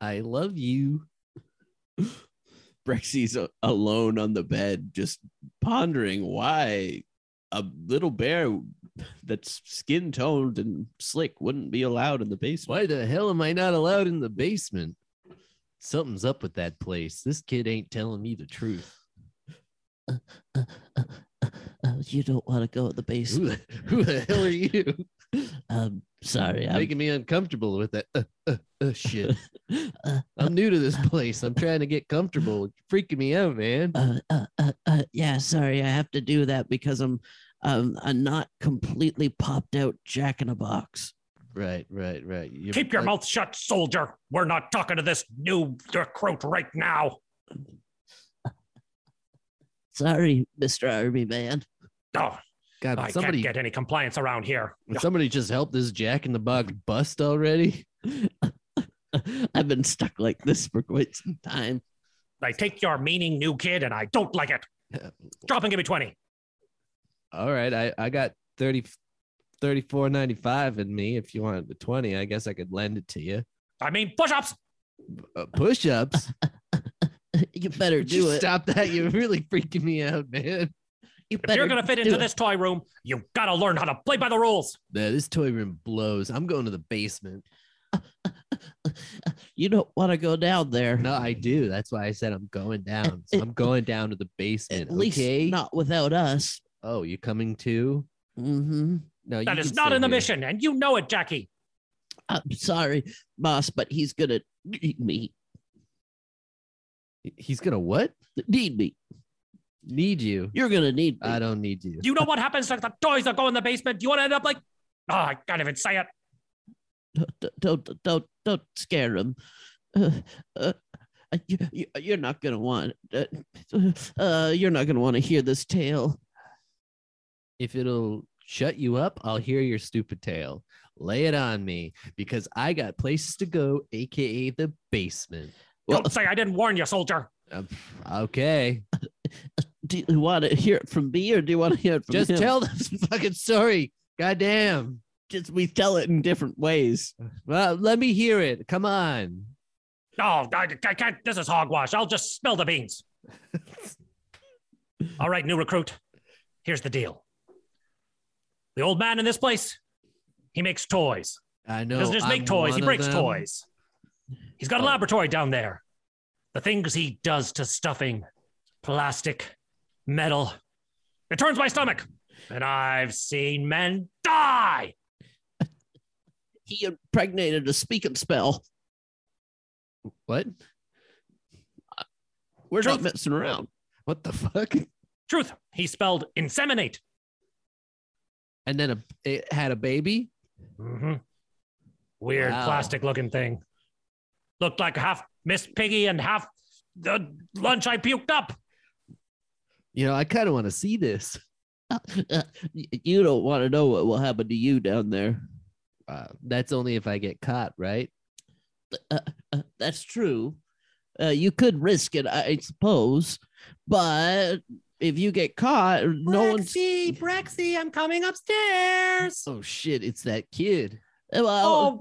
Speaker 1: I love you.
Speaker 2: Brexy's a- alone on the bed, just pondering why a little bear that's skin toned and slick wouldn't be allowed in the basement.
Speaker 1: Why the hell am I not allowed in the basement? Something's up with that place. This kid ain't telling me the truth.
Speaker 2: Uh, uh, you don't want to go in
Speaker 1: Who
Speaker 2: the basement.
Speaker 1: the, who the hell are you?
Speaker 2: Um, sorry, I'm,
Speaker 1: Making me uncomfortable with that uh, uh, uh, shit.
Speaker 2: uh,
Speaker 1: I'm new to this place. I'm trying to get comfortable. You're freaking me out, man.
Speaker 2: uh, uh, uh, uh, yeah, sorry, I have to do that because I'm, um, I'm not completely popped out Jack in a box.
Speaker 1: Right, right, right. You're
Speaker 3: Keep your
Speaker 1: like-
Speaker 3: mouth shut, soldier. We're not talking to this new recruit right now.
Speaker 2: Sorry, Mister Army Man.
Speaker 3: Oh,
Speaker 1: God,
Speaker 3: I
Speaker 1: somebody,
Speaker 3: can't get any compliance around here.
Speaker 1: would somebody just help this Jack in the
Speaker 2: Mm-hmm.
Speaker 1: Box bust already.
Speaker 2: I've been stuck like this for quite some time.
Speaker 3: I take your meaning, new kid, and I don't like it. Drop and give me 20.
Speaker 1: All right, I I got 30 34.95 in me. If you wanted the 20, I guess I could lend it to you.
Speaker 3: I mean, push ups.
Speaker 1: Uh, push-ups.
Speaker 2: You better
Speaker 1: Would
Speaker 2: do
Speaker 1: you
Speaker 2: it.
Speaker 1: Stop that. You're really freaking me out, man.
Speaker 2: You
Speaker 3: If
Speaker 2: better.
Speaker 3: you're going to fit
Speaker 2: do
Speaker 3: into
Speaker 2: it.
Speaker 3: this toy room, you got to learn how to play by the rules.
Speaker 1: Nah, this toy room blows. I'm going to the basement.
Speaker 2: You don't want to go down there.
Speaker 1: No, I do. That's why I said I'm going down. So
Speaker 2: it-
Speaker 1: I'm going down to the basement.
Speaker 2: at least
Speaker 1: okay.
Speaker 2: not without us.
Speaker 1: Oh, you coming too?
Speaker 2: hmm
Speaker 1: No, you
Speaker 3: That is
Speaker 1: can
Speaker 3: not
Speaker 1: stay
Speaker 3: in the
Speaker 1: here.
Speaker 3: mission, and you know it, Jackie.
Speaker 2: I'm sorry, boss, but he's gonna need me.
Speaker 1: He- He's gonna what?
Speaker 2: Need me.
Speaker 1: Need you?
Speaker 2: You're gonna need me.
Speaker 1: I don't need you.
Speaker 3: You know what happens to the toys that go in the basement? You want to end up like, oh, I can't even say it.
Speaker 2: don't don't don't don't scare him. Uh, uh, you, you, you're not gonna want. Uh, uh, you're not gonna want to hear this tale.
Speaker 1: If it'll shut you up, I'll hear your stupid tale. Lay it on me because I got places to go, aka the basement.
Speaker 2: Well,
Speaker 3: Don't say I didn't warn you, soldier.
Speaker 1: Um, okay,
Speaker 2: do you want to hear it from me, or do you want to hear it from
Speaker 1: just
Speaker 2: him?
Speaker 1: tell this fucking story. Goddamn.
Speaker 2: Just we tell it in different ways.
Speaker 1: Well, let me hear it. Come on.
Speaker 3: Oh, I, I can't. This is hogwash. I'll just spill the beans. All right, new recruit. Here's the deal. The old man in this place, he makes toys.
Speaker 1: I
Speaker 3: He
Speaker 1: know.
Speaker 3: doesn't just make
Speaker 1: Oh, I'm
Speaker 3: toys, he
Speaker 1: one of
Speaker 3: breaks
Speaker 1: them.
Speaker 3: toys. He's got a
Speaker 1: Oh.
Speaker 3: laboratory down there. The things he does to stuffing, plastic, metal, it turns my stomach. And I've seen men die.
Speaker 2: He impregnated a speaking spell.
Speaker 1: What?
Speaker 2: We're not
Speaker 3: Truth.
Speaker 2: messing around.
Speaker 1: What the fuck?
Speaker 3: Truth, he spelled inseminate.
Speaker 1: And then a, it had a baby.
Speaker 3: hmm Weird
Speaker 1: Wow.
Speaker 3: plastic looking thing. Looked like half Miss Piggy and half the lunch I puked up.
Speaker 1: You know, I kind of want to see this.
Speaker 2: Uh, y- you don't want to know what will happen to you down there.
Speaker 1: Uh, that's only if I get caught, right?
Speaker 2: Uh, uh, that's true. Uh, you could risk it, I suppose, but if you get caught, no one's.
Speaker 3: Brexy, I'm coming upstairs.
Speaker 1: Oh shit! It's that kid.
Speaker 2: Well,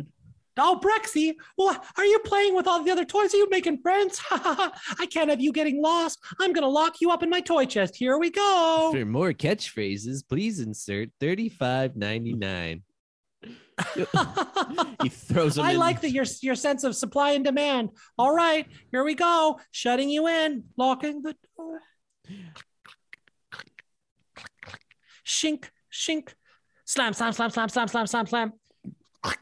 Speaker 3: oh, Brexy, what are you playing with all the other toys? Are you making friends? I can't have you getting lost. I'm gonna lock you up in my toy chest. Here we go.
Speaker 1: For more catchphrases, please insert thirty-five ninety-nine.
Speaker 2: he throws him.
Speaker 3: I
Speaker 2: in.
Speaker 3: like that your your sense of supply and demand. All right, here we go. Shutting you in, locking the door. Shink, shink, slam, slam, slam, slam, slam, slam, slam, slam.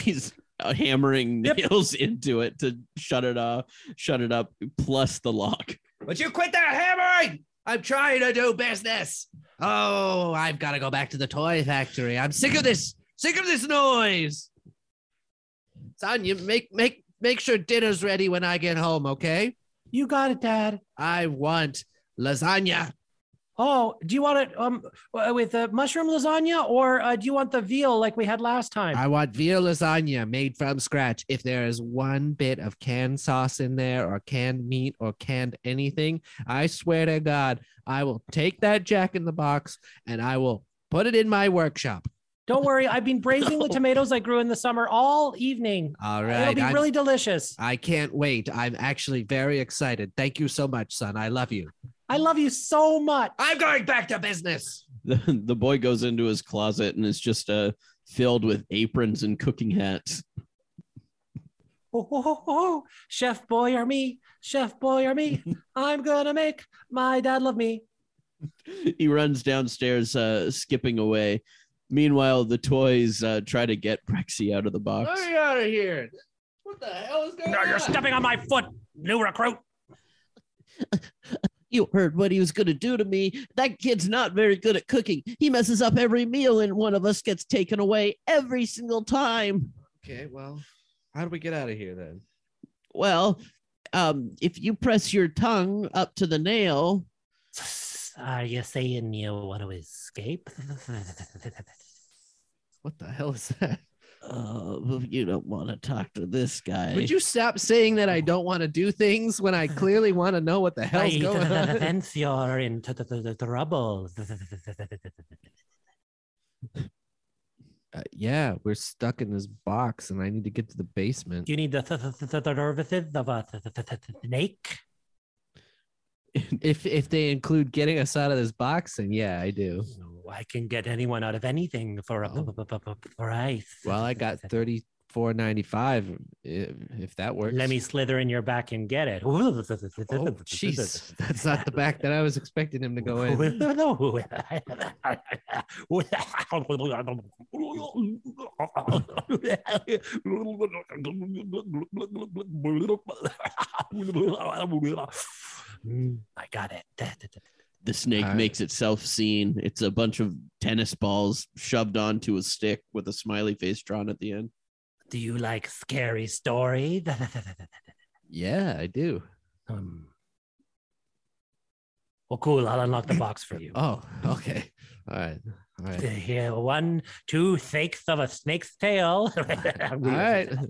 Speaker 2: He's uh, hammering
Speaker 3: Yep.
Speaker 2: nails into it to shut it off, shut it up. Plus the lock.
Speaker 1: But you quit that hammering! I'm trying to do business. Oh, I've got to go back to the toy factory. I'm sick of this. Sick of this noise. Son, you make make make sure dinner's ready when I get home, okay?
Speaker 3: You got it, Dad.
Speaker 1: I want lasagna.
Speaker 3: Oh, do you want it um w- with uh, mushroom lasagna or uh, do you want the veal like we had last time?
Speaker 1: I want veal lasagna made from scratch. If there is one bit of canned sauce in there, or canned meat, or canned anything, I swear to God, I will take that Jack in the Box and I will put it in my workshop.
Speaker 3: Don't worry, I've been braising the tomatoes I grew in the summer all evening.
Speaker 1: All right,
Speaker 3: It'll be
Speaker 1: I'm-
Speaker 3: really delicious.
Speaker 1: I can't wait. I'm actually very excited. Thank you so much, son. I love you.
Speaker 3: I love you so much.
Speaker 1: I'm going back to business.
Speaker 2: The, the boy goes into his closet and it's just uh, filled with aprons and cooking hats.
Speaker 3: Oh, oh, oh, oh, chef boy or me, chef boy or me, I'm gonna make my dad love me.
Speaker 2: he runs downstairs, uh, skipping away. Meanwhile, the toys uh, try to get Brexy out of the box.
Speaker 1: Let me out of here. What the hell is going
Speaker 3: No,
Speaker 1: on?
Speaker 3: you're stepping on my foot, new recruit.
Speaker 2: You heard what he was going to do to me. That kid's not very good at cooking. He messes up every meal, and one of us gets taken away every single time.
Speaker 1: okay, well, how do we get out of here then?
Speaker 2: Well, um, if you press your tongue up to the nail,
Speaker 3: Are you saying you want to escape?
Speaker 1: What the hell is that?
Speaker 2: uh, you don't want to talk to this guy.
Speaker 1: Would you stop saying that
Speaker 3: Oh.
Speaker 1: I don't want to do things when I clearly want to know what the hell's going on?
Speaker 3: Hence, you're in t- t- t- trouble.
Speaker 1: Uh, yeah, we're stuck in this box and I need to get to the basement.
Speaker 3: You need the th- th- th- th- services of a th- th- th- th- snake.
Speaker 1: If if they include getting us out of this box, then yeah, I do.
Speaker 3: No, I can get anyone out of anything for a p-
Speaker 1: Oh.
Speaker 3: p- p- p- price.
Speaker 1: Well, I got thirty four ninety five. If, if that works.
Speaker 3: Let me slither in your back and get it.
Speaker 1: Oh, jeez, that's not the back that I was expecting him to go in.
Speaker 3: Mm, I got it.
Speaker 2: the snake
Speaker 1: Uh,
Speaker 2: makes itself seen. It's a bunch of tennis balls shoved onto a stick with a smiley face drawn at the end.
Speaker 3: Do you like scary stories?
Speaker 1: Yeah, I do.
Speaker 3: Um, well, cool. I'll unlock the box for you. Uh,
Speaker 1: Oh, okay. All right. All right.
Speaker 3: Here, one, two snakes of a snake's tail.
Speaker 1: All right.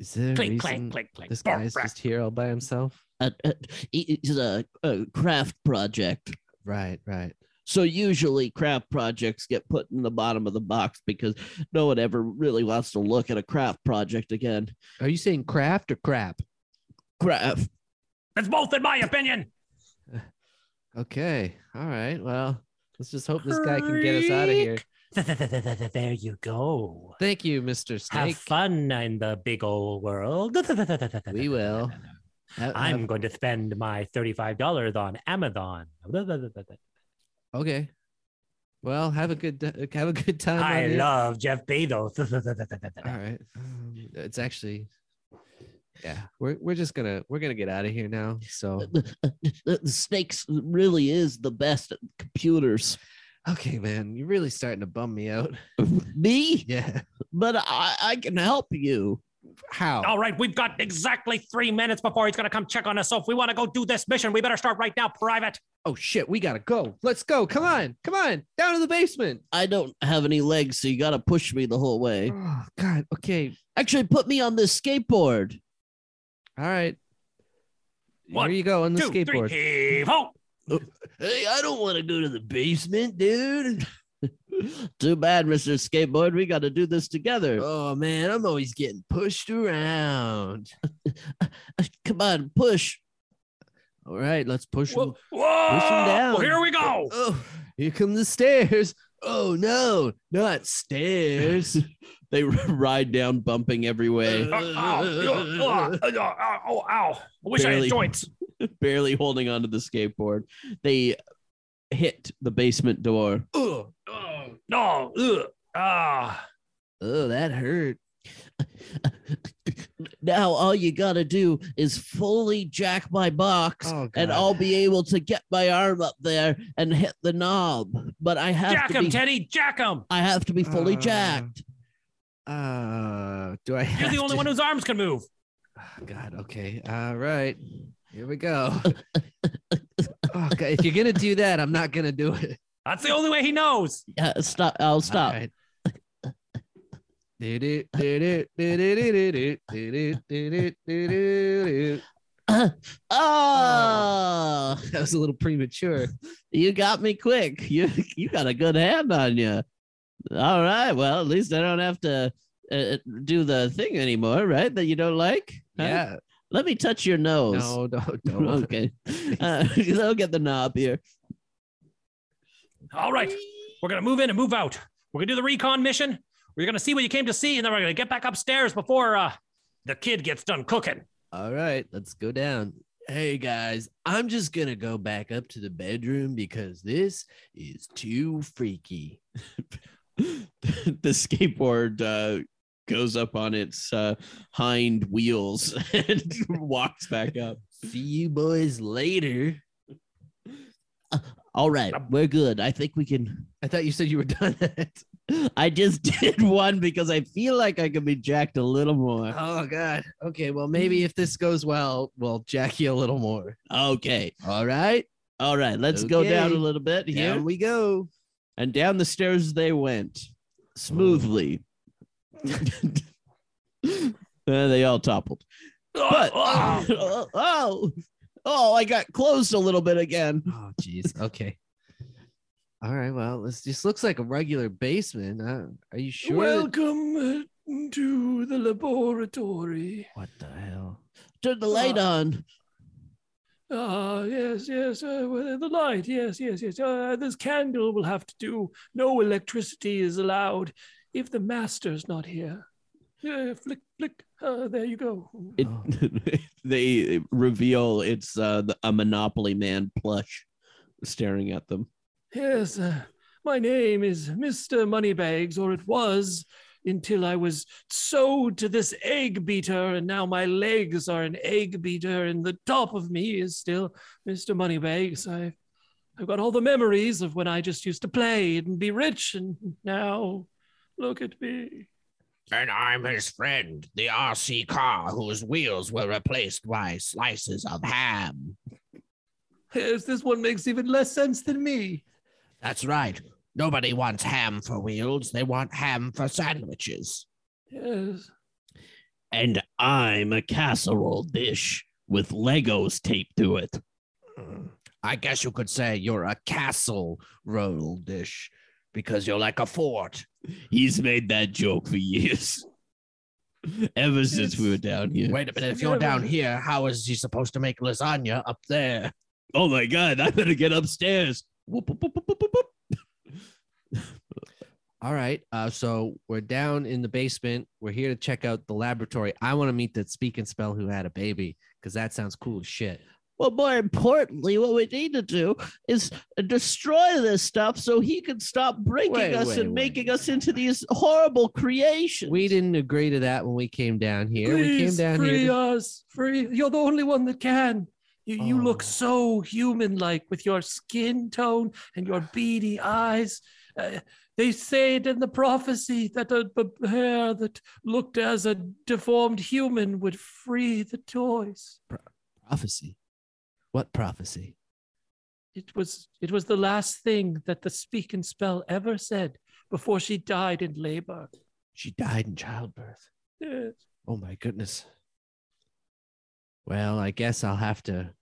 Speaker 1: Is there a
Speaker 3: click,
Speaker 1: reason
Speaker 3: click, click, click.
Speaker 1: this
Speaker 3: Bark,
Speaker 1: guy's
Speaker 3: bark.
Speaker 1: just here all by himself?
Speaker 2: Uh, uh, it- it's a, a craft project.
Speaker 1: Right, right.
Speaker 2: So usually craft projects get put in the bottom of the box because no one ever really wants to look at a craft project again.
Speaker 1: Are you saying craft or crap?
Speaker 2: Craft.
Speaker 3: That's both, in my opinion.
Speaker 1: Okay. All right. Well, let's just hope this guy can get us out of here.
Speaker 3: There you go.
Speaker 1: Thank you, Mr.
Speaker 3: Have
Speaker 1: Snake.
Speaker 3: fun in the big old world.
Speaker 1: We will. Ha-
Speaker 3: I'm
Speaker 1: have-
Speaker 3: going to spend my $35 on Amazon.
Speaker 1: okay. Well, have a good d- have a good time.
Speaker 3: I
Speaker 1: on your-
Speaker 3: love Jeff Bezos.
Speaker 1: All right. Um, it's actually yeah. We're we're just gonna we're gonna get out of here now. So
Speaker 2: The, the, the snakes really is the best at computers.
Speaker 1: okay, man, you're really starting to bum me out.
Speaker 2: Me,
Speaker 1: Yeah.
Speaker 2: but I, I can help you.
Speaker 1: How?
Speaker 3: All right, we've got exactly three minutes before he's going to come check on us. So if we want to go do this mission, we better start right now, Private.
Speaker 1: Oh shit, we gotta go. Let's go. Come on, come on, down to the basement.
Speaker 2: I don't have any legs, so you got to push me the whole way.
Speaker 1: Oh god. Okay.
Speaker 2: Actually, put me on this skateboard.
Speaker 1: All right.
Speaker 3: One,
Speaker 1: Here you go on the
Speaker 3: Two, three,
Speaker 1: skateboard.
Speaker 3: heave ho!
Speaker 2: Hey, I don't want to go to the basement, dude. Too bad, Mr. Skateboard. We got to do this together.
Speaker 1: Oh man, I'm always getting pushed around.
Speaker 2: Come on, push.
Speaker 1: All right, let's push. him.
Speaker 3: Whoa! Whoa!
Speaker 2: down.
Speaker 3: Here we go!
Speaker 1: Oh, here come the stairs. Oh no, not stairs.
Speaker 2: They ride down, bumping every way,
Speaker 3: Uh, ow, uh, uh, uh, ow, ow, ow. I wish I
Speaker 2: Barely.
Speaker 3: had joints.
Speaker 2: barely holding onto the skateboard. They hit the basement door.
Speaker 1: oh,
Speaker 3: Oh, no. ugh, Ah.
Speaker 1: oh, that hurt.
Speaker 2: Now all you got to do is fully jack my box.
Speaker 1: Oh, God.
Speaker 2: and I'll be able to get my arm up there and hit the knob. But I have
Speaker 3: Jack
Speaker 2: to
Speaker 3: him,
Speaker 2: be
Speaker 3: Teddy. Jack him.
Speaker 2: I have to be fully
Speaker 1: Uh,
Speaker 2: jacked.
Speaker 1: Uh, do I?
Speaker 3: You're
Speaker 1: have
Speaker 3: the only
Speaker 1: to-
Speaker 3: one whose arms can move.
Speaker 1: Oh, God. Okay. All right. Here we go. okay. If you're gonna do that, I'm not gonna do it.
Speaker 3: That's the only way he knows.
Speaker 2: Uh, stop.
Speaker 1: All
Speaker 2: I'll stop.
Speaker 1: right. Do-do, do-do, do-do-do-do-do, do-do, do-do-do-do-do.
Speaker 2: Oh,
Speaker 1: That was a little premature.
Speaker 2: you got me quick. You you got a good hand on you. All right. Well, at least I don't have to uh, do the thing anymore, right? That you don't like. Huh?
Speaker 1: Yeah.
Speaker 2: Let me touch your nose.
Speaker 1: No, no, no.
Speaker 2: okay. Uh, I'll get the knob here.
Speaker 3: All right. We're going to move in and move out. We're going to do the recon mission. We're going to see what you came to see, and then we're going to get back upstairs before uh, the kid gets done cooking.
Speaker 1: All right, let's go down.
Speaker 2: hey guys, I'm just gonna go back up to the bedroom because this is too freaky. the skateboard uh, goes up on its uh, hind wheels and walks back up.
Speaker 1: See you boys later.
Speaker 2: All right, we're good. I think we can.
Speaker 1: I thought you said you were done it.
Speaker 2: I just did one because I feel like I could be jacked a little more.
Speaker 1: Oh God. Okay. Well, maybe if this goes well, we'll jack you a little more.
Speaker 2: Okay.
Speaker 1: All right.
Speaker 2: All right, let's go down a
Speaker 1: Okay.
Speaker 2: little bit here.
Speaker 1: Down we go.
Speaker 2: And down the stairs they went smoothly. Uh, they all toppled. But oh, oh, oh, I got closed a little bit again.
Speaker 1: Oh jeez. Okay. All right. Well, this just looks like a regular basement. Uh, are you sure? that-
Speaker 4: Welcome to the laboratory.
Speaker 1: what the hell?
Speaker 2: Turn the light on.
Speaker 4: Ah, yes, yes, uh, well, the light, yes, yes, yes. Uh, this candle will have to do. No electricity is allowed if the master's not here. Yeah, flick, flick. Uh, there you go.
Speaker 2: It,
Speaker 1: Oh.
Speaker 2: they reveal it's uh, the, a Monopoly Man plush staring at them.
Speaker 4: Yes, uh, my name is Mr. Moneybags, or it was until I was sewed to this egg beater, and now my legs are an egg beater, and the top of me is still Mr. Moneybags. I've, I've got all the memories of when I just used to play and be rich, and now look at me.
Speaker 5: And I'm his friend, the RC car whose wheels were replaced by slices of ham.
Speaker 4: Yes, this one makes even less sense than me.
Speaker 5: That's right. Nobody wants ham for wheels, they want ham for sandwiches.
Speaker 4: Yes.
Speaker 2: And I'm a casserole dish with Legos taped to it.
Speaker 5: Mm. I guess you could say you're a castle roll dish because you're like a fort.
Speaker 2: He's made that joke for years. Ever since we were down here.
Speaker 5: Wait a minute, if you're down here, how is he supposed to make lasagna up there?
Speaker 2: Oh my god, I better get upstairs. Whoop, whoop, whoop, whoop, whoop, whoop.
Speaker 1: All right. Uh, so we're down in the basement. We're here to check out the laboratory. I want to meet that speak and spell who had a baby because that sounds cool as shit.
Speaker 2: Well, more importantly, what we need to do is destroy this stuff so he can stop breaking
Speaker 1: Wait,
Speaker 2: us
Speaker 1: wait,
Speaker 2: and
Speaker 1: wait.
Speaker 2: making us into these horrible creations.
Speaker 1: We didn't agree to that when we came down here. we came
Speaker 4: Please
Speaker 1: down
Speaker 4: free
Speaker 1: here. to-
Speaker 4: us. Free. You're the only one that can. You, you look
Speaker 1: Oh.
Speaker 4: so human like with your skin tone and your beady eyes. Uh, they say it in the prophecy that a b- bear that looked as a deformed human would free the toys.
Speaker 1: prophecy. What prophecy?
Speaker 4: It was it was the last thing that the speak and spell ever said before she died in labor. Uh,
Speaker 1: She died in childbirth.
Speaker 4: Yes.
Speaker 1: Oh my goodness. Well, I guess I'll have to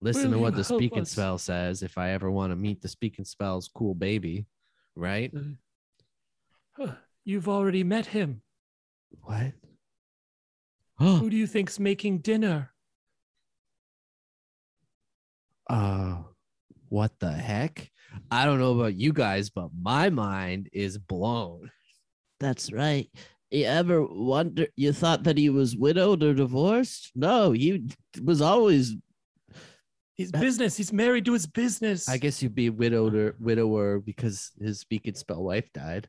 Speaker 1: listen to
Speaker 4: Will
Speaker 1: what
Speaker 4: you
Speaker 1: the
Speaker 4: help
Speaker 1: speak and
Speaker 4: us?
Speaker 1: spell says if I ever want to meet the speak and spell's cool baby, right?
Speaker 4: Uh, You've already met him.
Speaker 1: What?
Speaker 4: Who do you think's making dinner?
Speaker 1: uh what the heck i don't know about you guys but my mind is blown
Speaker 2: That's right. You ever wonder? You thought that he was widowed or divorced? No, he was always
Speaker 4: His
Speaker 2: That-
Speaker 4: business. He's married to his business.
Speaker 1: i guess you'd be widowed or widower because his speak and spell wife died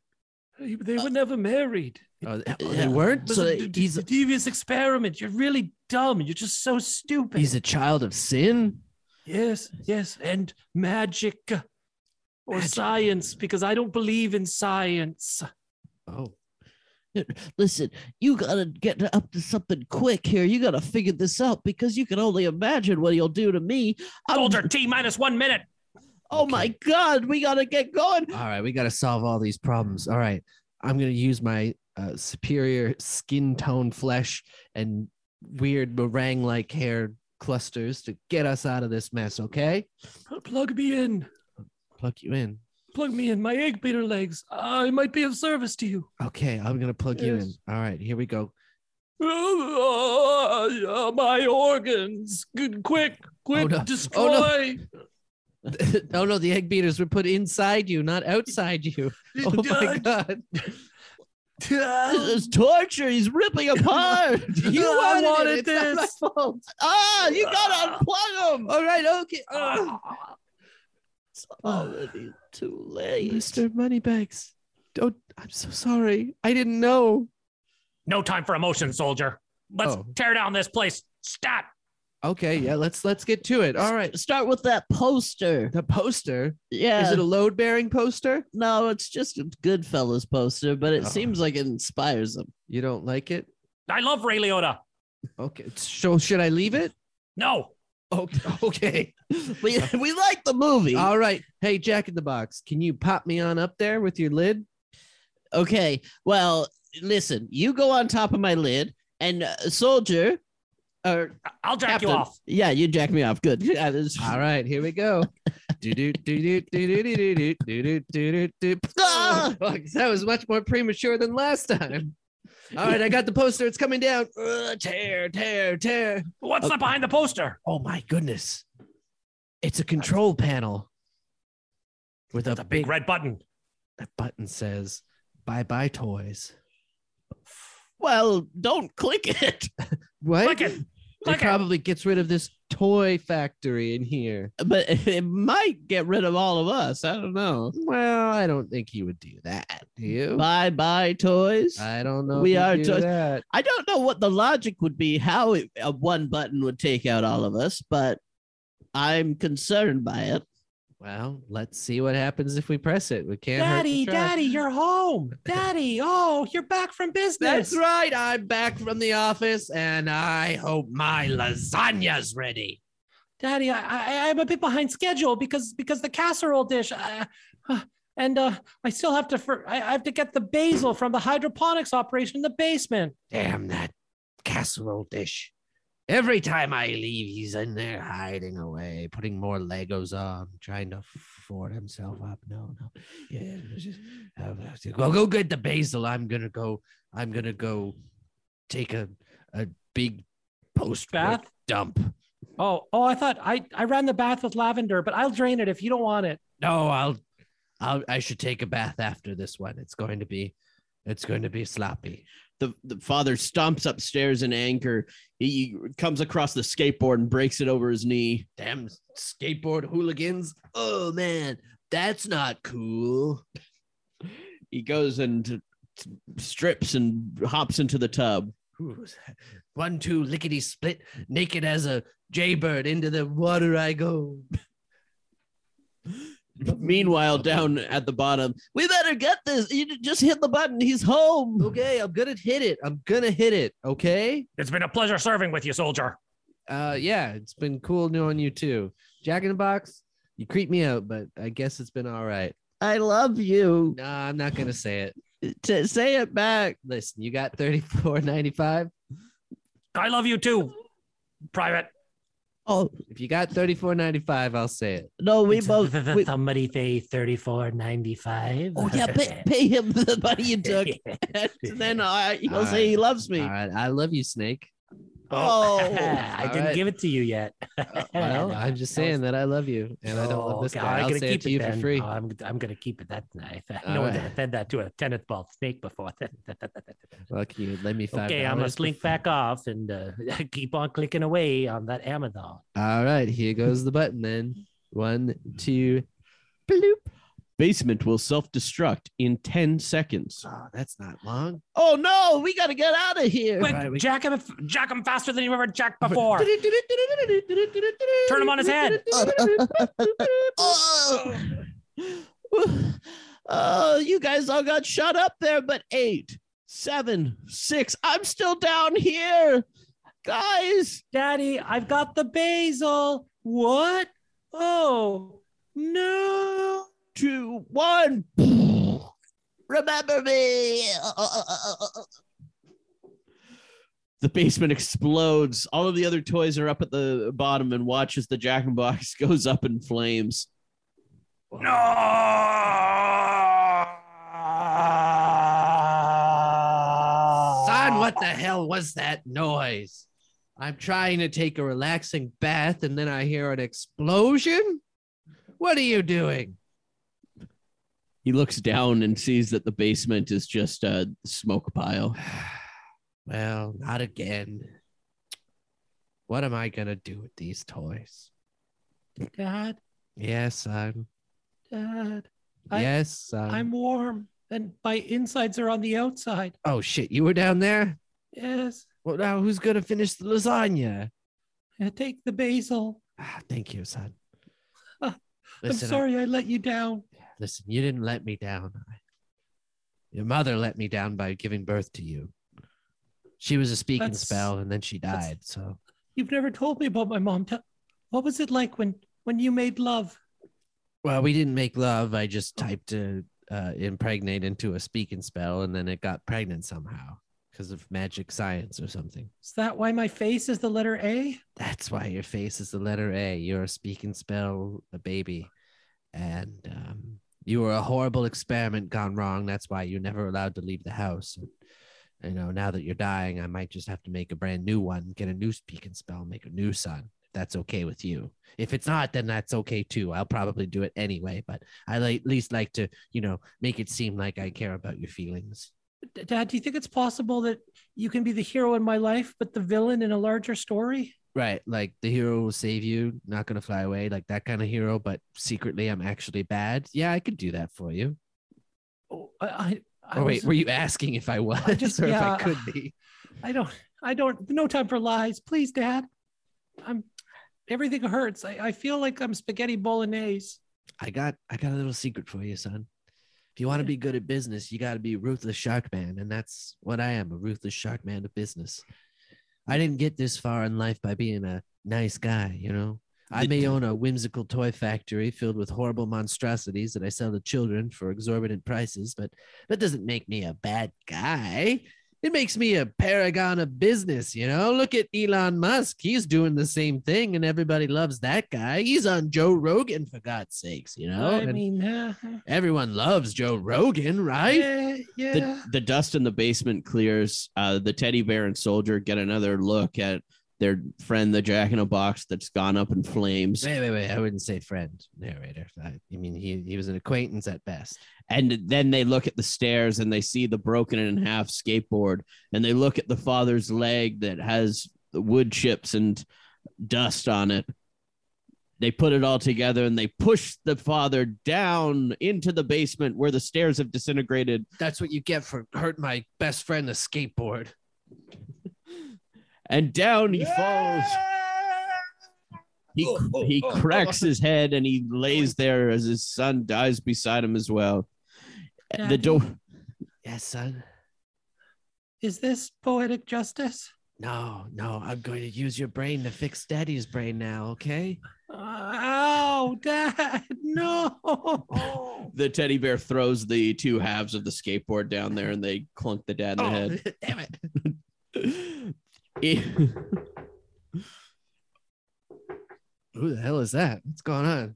Speaker 4: He- they were never married.
Speaker 1: oh, they- oh,
Speaker 2: yeah.
Speaker 1: they weren't
Speaker 4: It was
Speaker 1: so
Speaker 4: a d- d-
Speaker 1: he's
Speaker 4: devious experiment. You're really dumb. You're just so stupid.
Speaker 1: he's a child of sin
Speaker 4: yes, yes, and magic or science because I don't believe in science.
Speaker 1: oh
Speaker 2: Listen, you gotta get up to something quick here. You gotta figure this out because you can only imagine what he'll do to me. I'm-
Speaker 4: Soldier T minus one minute.
Speaker 2: oh my god, we gotta get going.
Speaker 1: all right we got to solve all these problems all right i'm going to use my uh, superior skin tone flesh and weird meringue like hair clusters to get us out of this mess okay
Speaker 4: Pl- Plug me in.
Speaker 1: plug you in
Speaker 4: Plug me in. My egg beater legs. I might be of service to you.
Speaker 1: Okay, I'm gonna plug you in.
Speaker 4: Yes.
Speaker 1: All right, here we go.
Speaker 4: Ah, my organs. Good, quick, quick,
Speaker 1: no. Oh, no.
Speaker 4: destroy.
Speaker 1: oh no, the egg beaters were put inside you, not outside you. Oh my
Speaker 4: Uh,
Speaker 1: god. Um,
Speaker 2: This is torture. He's ripping apart.
Speaker 1: You
Speaker 2: I
Speaker 1: wanted it.
Speaker 2: wanted
Speaker 1: It's not my
Speaker 2: this. Ah, you gotta unplug him.
Speaker 1: All right, okay.
Speaker 2: Ah, it's already too late.
Speaker 1: Mr. Moneybags. Don't I'm so sorry. I didn't know.
Speaker 3: No time for emotion, soldier. Let's
Speaker 1: Oh.
Speaker 3: tear down this place. Stop.
Speaker 1: Okay, yeah, let's let's get to it. All right.
Speaker 2: Start with that poster.
Speaker 1: The poster.
Speaker 2: Yeah.
Speaker 1: Is it a load-bearing poster?
Speaker 2: no, it's just a Goodfellas poster, but it
Speaker 1: Oh.
Speaker 2: seems like it inspires him.
Speaker 1: You don't like it?
Speaker 3: I love Ray Liotta.
Speaker 1: Okay. So should I leave it?
Speaker 3: No.
Speaker 1: Okay. Oh, Okay.
Speaker 2: We, we like the movie.
Speaker 1: All right. Hey, Jack in the Box, can you pop me on up there with your lid?
Speaker 2: okay. Well, listen, you go on top of my lid, and uh, Soldier, or
Speaker 3: I'll jack
Speaker 2: Captain.
Speaker 3: you off.
Speaker 2: Yeah, you jack me off. Good. Yeah, this-
Speaker 1: All right, here we go. Do do do do do do do do do do do do. Oh,
Speaker 2: Ah!
Speaker 1: That was much more premature than last time. All right, I got the poster. It's coming down. Ugh, tear, tear, tear.
Speaker 3: What's that behind the poster?
Speaker 1: Oh my goodness. It's a control panel with a
Speaker 3: That's a big
Speaker 1: big
Speaker 3: red button.
Speaker 1: that button says bye bye toys.
Speaker 2: Well, don't click it.
Speaker 1: What?
Speaker 3: Click it.
Speaker 1: It
Speaker 3: Click it.
Speaker 1: probably gets rid of this toy factory in here.
Speaker 2: But it might get rid of all of us. I don't know.
Speaker 1: Well, I don't think he would do that. Do you?
Speaker 2: Bye bye, toys.
Speaker 1: I don't know. if
Speaker 2: We
Speaker 1: he'd
Speaker 2: are
Speaker 1: do
Speaker 2: just-
Speaker 1: that.
Speaker 2: I don't know what the logic would be, how it, uh, one button would take out all of us, but I'm concerned by it.
Speaker 1: Well, let's see what happens if we press it. We can't. hurt to
Speaker 3: Daddy,
Speaker 1: try.
Speaker 3: Daddy, you're home. Daddy, oh, you're back from business.
Speaker 1: That's right. I'm back from the office, and I hope my lasagna's ready.
Speaker 3: Daddy, I, I I'm a bit behind schedule because because the casserole dish, uh, uh, and uh, I still have to fir- I, I have to get the basil from the hydroponics operation in the basement.
Speaker 5: Damn that casserole dish. Every time I leave, he's in there hiding away, putting more Legos on, trying to fort himself up. No, no. Yeah. it was just- uh, Go, go get the basil. I'm going to go. I'm going to go take a, a big post
Speaker 3: Bath?
Speaker 5: dump.
Speaker 3: Oh, oh, I thought I I ran the bath with lavender, but I'll drain it if you don't want it.
Speaker 1: No, I'll, I'll. I should take a bath after this one. It's going to be, it's going to be sloppy.
Speaker 2: The, the father stomps upstairs in anger. He comes across the skateboard and breaks it over his knee.
Speaker 1: Damn skateboard hooligans! Oh man, that's not cool.
Speaker 2: He goes and t- t- strips and hops into the tub.
Speaker 1: Ooh, One, two, lickety split, naked as a jaybird into the water I go.
Speaker 2: Meanwhile, down at the bottom, we better get this. You just hit the button. He's home.
Speaker 1: Okay, I'm gonna hit it. I'm gonna hit it. Okay.
Speaker 3: It's been a pleasure serving with you, soldier.
Speaker 1: Uh, yeah, it's been cool knowing you too. Jack in the Box, you creep me out, but I guess it's been all right.
Speaker 2: I love you.
Speaker 1: Nah, I'm not gonna say it.
Speaker 2: T- say it back.
Speaker 1: Listen, you got 34.95.
Speaker 3: I love you too, Private.
Speaker 2: Oh
Speaker 1: If you got 34.95, I'll say it.
Speaker 2: no, we both. we-
Speaker 3: somebody pay thirty four ninety five.
Speaker 2: oh yeah, pay, pay him the money you took, and then I, he'll say he loves me.
Speaker 1: All right, I love you, Snake.
Speaker 2: Oh,
Speaker 1: I didn't give
Speaker 3: it to you yet.
Speaker 1: Uh, Well, I'm just saying that I love you, and I don't love this guy.
Speaker 3: Oh, I'm
Speaker 1: I'll
Speaker 3: gonna
Speaker 1: say it
Speaker 3: keep
Speaker 1: to you for
Speaker 3: then.
Speaker 1: free.
Speaker 3: Oh, I'm, I'm gonna keep it. That's nice.
Speaker 1: All
Speaker 3: no
Speaker 1: right.
Speaker 3: one's ever said that to a tennis ball snake before.
Speaker 1: Lucky you lend me five.
Speaker 3: okay, I'm gonna
Speaker 1: dollars
Speaker 3: slink
Speaker 1: before-
Speaker 3: back off and uh, keep on clicking away on that Amazon.
Speaker 1: All right, here goes the button then. One, two, bloop.
Speaker 2: Basement will self-destruct in ten seconds.
Speaker 1: Oh, that's not long.
Speaker 2: Oh no, we gotta get out of here.
Speaker 3: Quick, jack him, jack him faster than you've ever jacked before. Turn him on his head.
Speaker 2: Oh. Oh, you guys all got shut up there, but eight, seven, six. I'm still down here. Guys,
Speaker 3: Daddy, I've got the basil. What? Oh no!
Speaker 2: two, one. Remember me. The basement explodes. All of the other toys are up at the bottom and watch as the jack and box goes up in flames.
Speaker 1: Son, what the hell was that noise? I'm trying to take a relaxing bath and then I hear an explosion. What are you doing?
Speaker 2: He looks down and sees that the basement is just a smoke pile.
Speaker 5: Well, not again. What am I going to do with these toys?
Speaker 4: Dad,
Speaker 5: Yes, I'm.
Speaker 4: Dad, I-
Speaker 5: yes,
Speaker 1: Um,
Speaker 5: I'm.
Speaker 4: I'm warm and my insides are on the outside.
Speaker 5: Oh, shit. You were down there?
Speaker 4: Yes.
Speaker 5: Well, now who's going to finish the lasagna?
Speaker 4: Yeah, Take the basil.
Speaker 5: Ah, thank you, son.
Speaker 4: Ah,
Speaker 5: Listen,
Speaker 4: I'm
Speaker 5: I-
Speaker 4: sorry I let you down.
Speaker 5: listen, you didn't let me down. I- Your mother let me down by giving birth to you. She was a speaking
Speaker 4: That's-
Speaker 5: spell and then she
Speaker 4: that's-
Speaker 5: died. So
Speaker 4: You've never told me about my mom. Tell- What was it like when when you made love?
Speaker 5: Well, we didn't make love. I just typed to uh, impregnate into a speaking spell, and then it got pregnant somehow because of magic science or something.
Speaker 4: Is that why my face is the letter A?
Speaker 5: That's why your face is the letter A. You're a speaking spell, a baby, and um, you were a horrible experiment gone wrong. That's why you're never allowed to leave the house. And, you know, now that you're dying, I might just have to make a brand new one, get a new speaking spell, make a new son. If that's okay with you. If it's not, then that's okay too. I'll probably do it anyway, but I li- at least like to, you know, make it seem like I care about your feelings.
Speaker 4: D- Dad, do you think it's possible that you can be the hero in my life, but the villain in a larger story?
Speaker 5: Right. Like the hero will save you, not going to fly away, like that kind of hero, but secretly I'm actually bad. Yeah, I could do that for you.
Speaker 4: Oh, I, I, I,
Speaker 5: Or wait,
Speaker 4: was-
Speaker 5: were you asking if I was
Speaker 4: just-
Speaker 5: or
Speaker 4: yeah.
Speaker 5: if I could be?
Speaker 4: I don't, I don't, no time for lies. Please, Dad. I'm, everything hurts. I, I feel like I'm spaghetti bolognese.
Speaker 5: I got I got a little secret for you, son. If you want to
Speaker 4: Yeah.
Speaker 5: be good at business, you got to be ruthless shark man, and that's what I am, a ruthless shark man of business. I didn't get this far in life by being a nice guy, you know. I
Speaker 2: Did-
Speaker 5: may own a whimsical toy factory filled with horrible monstrosities that I sell to children for exorbitant prices, but that doesn't make me a bad guy. It makes me a paragon of business, you know. Look at Elon Musk. He's doing the same thing, and everybody loves that guy. He's on Joe Rogan, for God's sakes, you know.
Speaker 4: I
Speaker 5: Oh, And
Speaker 4: mean, uh,
Speaker 5: everyone loves Joe Rogan, right?
Speaker 4: yeah, yeah.
Speaker 2: The, the dust in the basement clears. Uh, the teddy bear and soldier get another look at their friend, the jack in a box that's gone up in flames.
Speaker 5: Wait, wait, wait. I wouldn't say friend, narrator. I, I mean, he, he was an acquaintance at best.
Speaker 2: And then they look at the stairs and they see the broken in half skateboard. And they look at the father's leg that has wood chips and dust on it. They put it all together and they push the father down into the basement where the stairs have disintegrated.
Speaker 5: That's what you get for hurt my best friend, the skateboard.
Speaker 2: And down he falls. He, he cracks his head and he lays there as his son dies beside him as well. The
Speaker 4: Daddy.
Speaker 2: door.
Speaker 5: Yes, son.
Speaker 4: Is this poetic justice?
Speaker 5: No, no. I'm going to use your brain to fix daddy's brain now, okay?
Speaker 4: Oh, Dad, no.
Speaker 2: the teddy bear throws the two halves of the skateboard down there and they clunk the dad in the head.
Speaker 5: Oh, damn it. Oh.
Speaker 2: It-
Speaker 5: Who the hell is that? What's going on?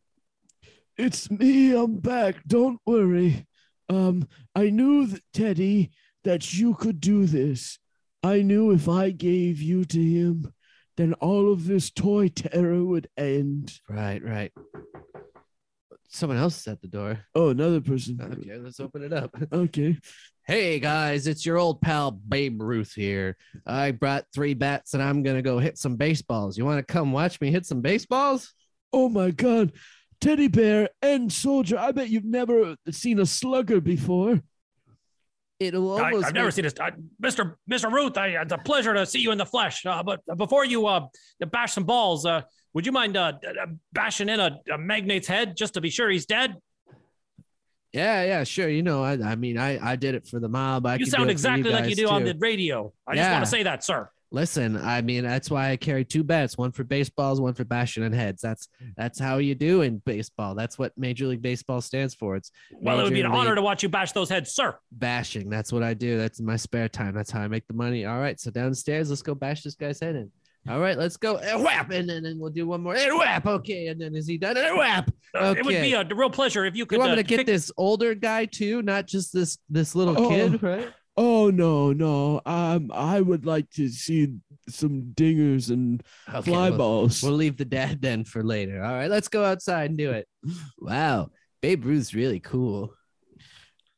Speaker 2: it's me, I'm back. Don't worry. Um, I knew that Teddy that you could do this. I knew if I gave you to him, then all of this toy terror would end.
Speaker 5: Right, right. Someone else is at the door.
Speaker 2: Oh, another person.
Speaker 5: Okay, let's open it up.
Speaker 2: Okay.
Speaker 5: Hey guys, it's your old pal Babe Ruth here. I brought three bats and I'm gonna go hit some baseballs. You wanna come watch me hit some baseballs?
Speaker 2: Oh my god. Teddy bear and soldier. I bet you've never seen a slugger before.
Speaker 5: It'll
Speaker 4: I,
Speaker 5: almost
Speaker 4: have never
Speaker 5: make-
Speaker 4: seen this, I, Mr. Mr. Ruth. I, it's a pleasure to see you in the flesh. Uh, but before you uh, bash some balls, uh, would you mind uh, d- d- bashing in a, a magnate's head just to be sure he's dead?
Speaker 5: Yeah, yeah, sure. You know, I, I mean, I, I did it for the mob. I
Speaker 4: you
Speaker 5: can
Speaker 4: sound
Speaker 5: do it for
Speaker 4: exactly like you
Speaker 5: guys,
Speaker 4: do on
Speaker 5: too.
Speaker 4: the radio. I just want
Speaker 5: Yeah.
Speaker 4: to say that, sir.
Speaker 5: Listen, I mean, that's why I carry two bats, one for baseballs, one for bashing and heads. That's that's how you do in baseball. That's what Major League Baseball stands for. It's
Speaker 4: Well, it would be an
Speaker 5: Major
Speaker 4: honor
Speaker 5: League
Speaker 4: to watch you bash those heads, sir.
Speaker 5: bashing. That's what I do. That's my spare time. That's how I make the money. All right, so downstairs, let's go bash this guy's head in. All right, let's go. And whap, and then, and we'll do one more. And whap, okay. And then is he done? And whap.
Speaker 4: Uh, It would
Speaker 5: Okay.
Speaker 4: be a real pleasure if you could.
Speaker 5: You want
Speaker 4: uh,
Speaker 5: me to get
Speaker 4: pick-
Speaker 5: this older guy too, not just this this little
Speaker 1: Oh.
Speaker 5: kid, right?
Speaker 1: Oh no, no. Um, I would like to see some dingers and
Speaker 5: Okay,
Speaker 1: fly
Speaker 5: well,
Speaker 1: balls.
Speaker 5: We'll leave the dad then for later. All right, let's go outside and do it. Wow, Babe Ruth's really cool.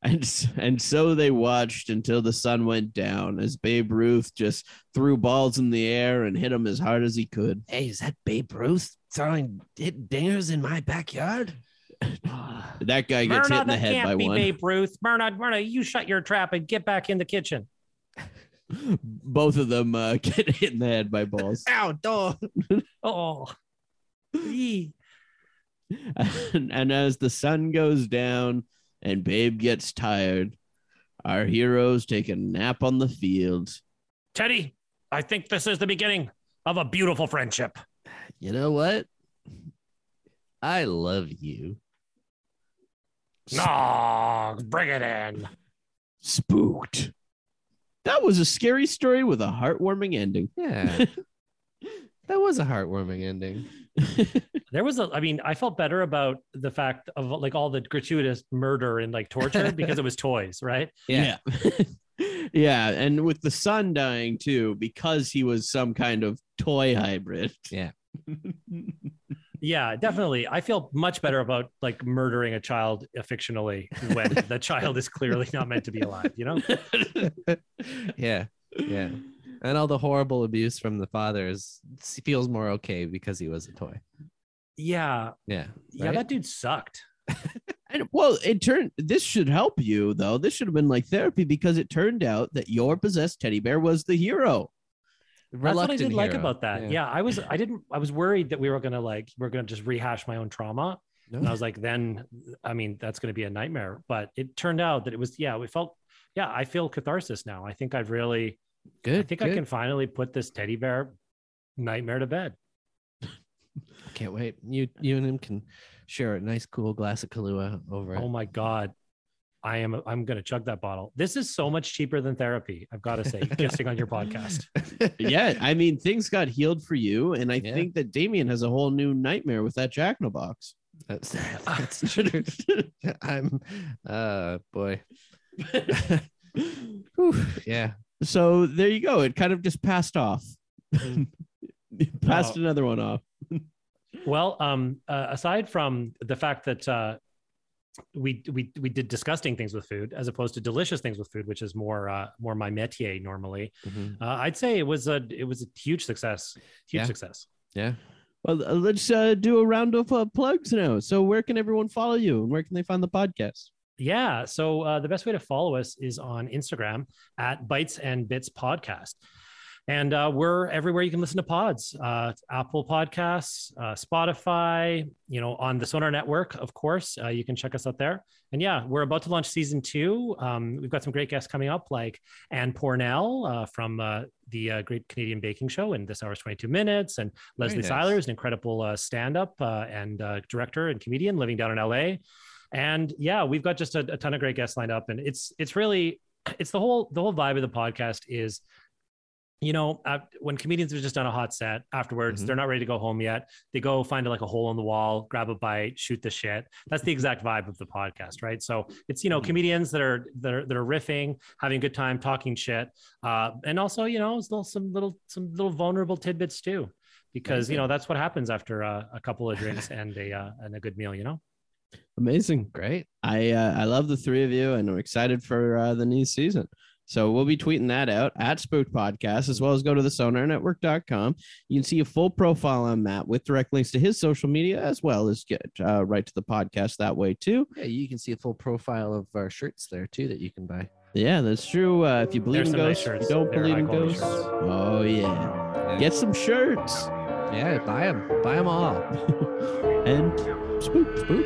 Speaker 2: And s- and so they watched until the sun went down as Babe Ruth just threw balls in the air and hit them as hard as he could.
Speaker 5: Hey, is that Babe Ruth throwing hit dingers in my backyard?
Speaker 2: That guy gets hit in the head by one.
Speaker 3: Babe Ruth. Myrna, Myrna, you shut your trap and get back in the kitchen.
Speaker 2: Both of them uh, get hit in the head by balls.
Speaker 5: Outdoor.
Speaker 3: Oh, Yee.
Speaker 2: and, and as the sun goes down and Babe gets tired, our heroes take a nap on the field.
Speaker 3: Teddy, I think this is the beginning of a beautiful friendship.
Speaker 1: You know what? I love you.
Speaker 3: No, bring it in.
Speaker 2: Spooked. That was a scary story with a heartwarming ending.
Speaker 1: Yeah. that was a heartwarming ending.
Speaker 3: There was a, I mean, I felt better about the fact of like all the gratuitous murder and like torture because it was toys, right?
Speaker 2: Yeah. Yeah. and with the sun dying too, because he was some kind of toy hybrid.
Speaker 1: Yeah.
Speaker 3: Yeah, definitely. I feel much better about like murdering a child fictionally when the child is clearly not meant to be alive, you know?
Speaker 1: Yeah. Yeah. And all the horrible abuse from the father is feels more okay because he was a toy.
Speaker 3: Yeah.
Speaker 1: Yeah.
Speaker 3: Yeah,
Speaker 1: Right?
Speaker 3: that dude sucked.
Speaker 2: And well, it turned this should help you though. This should have been like therapy because it turned out that your possessed teddy bear was the hero.
Speaker 3: That's what I
Speaker 1: Reluctant
Speaker 3: did like
Speaker 1: hero.
Speaker 3: about that. Yeah. I was I didn't I was worried that we were gonna like we're gonna just rehash my own trauma. And I was like, then I mean that's gonna be a nightmare. But it turned out that it was yeah, we felt yeah, I feel catharsis now. I think I've really
Speaker 1: Good.
Speaker 3: I think I can finally put this teddy bear nightmare to bed.
Speaker 1: Can't wait. You you and him can share a nice cool glass of Kahlua over
Speaker 3: Oh
Speaker 1: it.
Speaker 3: my god. I am I'm gonna chug that bottle. This is so much cheaper than therapy, I've gotta say, guessing on your podcast.
Speaker 2: yeah, I mean things got healed for you, and I
Speaker 1: Yeah.
Speaker 2: think that Damien has a whole new nightmare with that jack in the box.
Speaker 1: That's that's true. I'm uh boy. Whew, yeah.
Speaker 2: So there you go. It kind of just passed off. It passed
Speaker 3: Oh.
Speaker 2: another one off.
Speaker 3: Well, um, uh, aside from the fact that uh, we we we did disgusting things with food as opposed to delicious things with food, which is more uh, more my métier normally,
Speaker 1: Mhm.
Speaker 3: uh, I'd say it was a it was a huge success, huge
Speaker 1: Yeah.
Speaker 3: success.
Speaker 1: Yeah.
Speaker 2: Well, uh, let's uh, do a round of uh, plugs now. So where can everyone follow you, and where can they find the podcast?
Speaker 3: Yeah. So uh, the best way to follow us is on Instagram at Bites and Bits Podcast. And uh, we're everywhere you can listen to pods uh, Apple Podcasts, uh, Spotify, you know, on the Sonar Network, of course. Uh, you can check us out there. And yeah, we're about to launch season two. Um, we've got some great guests coming up, like Anne Pornell uh, from uh, the uh, Great Canadian Baking Show in This Hour's 22 Minutes, and Leslie
Speaker 1: nice.
Speaker 3: Seiler, who's an incredible uh, stand up uh, and uh, director and comedian living down in LA and yeah we've got just a, a ton of great guests lined up and it's it's really it's the whole the whole vibe of the podcast is you know uh, when comedians are just on a hot set afterwards
Speaker 1: Mhm.
Speaker 3: they're not ready to go home yet they go find like a hole in the wall grab a bite shoot the shit that's the exact vibe of the podcast right so it's you know comedians that are that are that are riffing having a good time talking shit uh, and also you know it's little, some little some little vulnerable tidbits too because you know that's what happens after uh, a couple of drinks and a uh, and a good meal you know
Speaker 2: Amazing.
Speaker 1: Great.
Speaker 2: I uh, I love the three of you, and I'm excited for uh, the new season. So we'll be tweeting that out at Spooked Podcast, as well as go to the sonarnetwork.com. You can see a full profile on Matt with direct links to his social media, as well as get uh, right to the podcast that way too.
Speaker 1: Yeah, you can see a full profile of our shirts there too that you can buy.
Speaker 2: Yeah, that's true. Uh, if you believe
Speaker 3: There's
Speaker 2: in
Speaker 3: some nice
Speaker 2: ghosts, you
Speaker 3: shirts.
Speaker 2: don't
Speaker 3: They're
Speaker 2: believe in
Speaker 3: high-quality
Speaker 2: ghosts. Oh yeah, get some shirts
Speaker 1: Yeah, buy them. Buy them all.
Speaker 2: and spook, spook.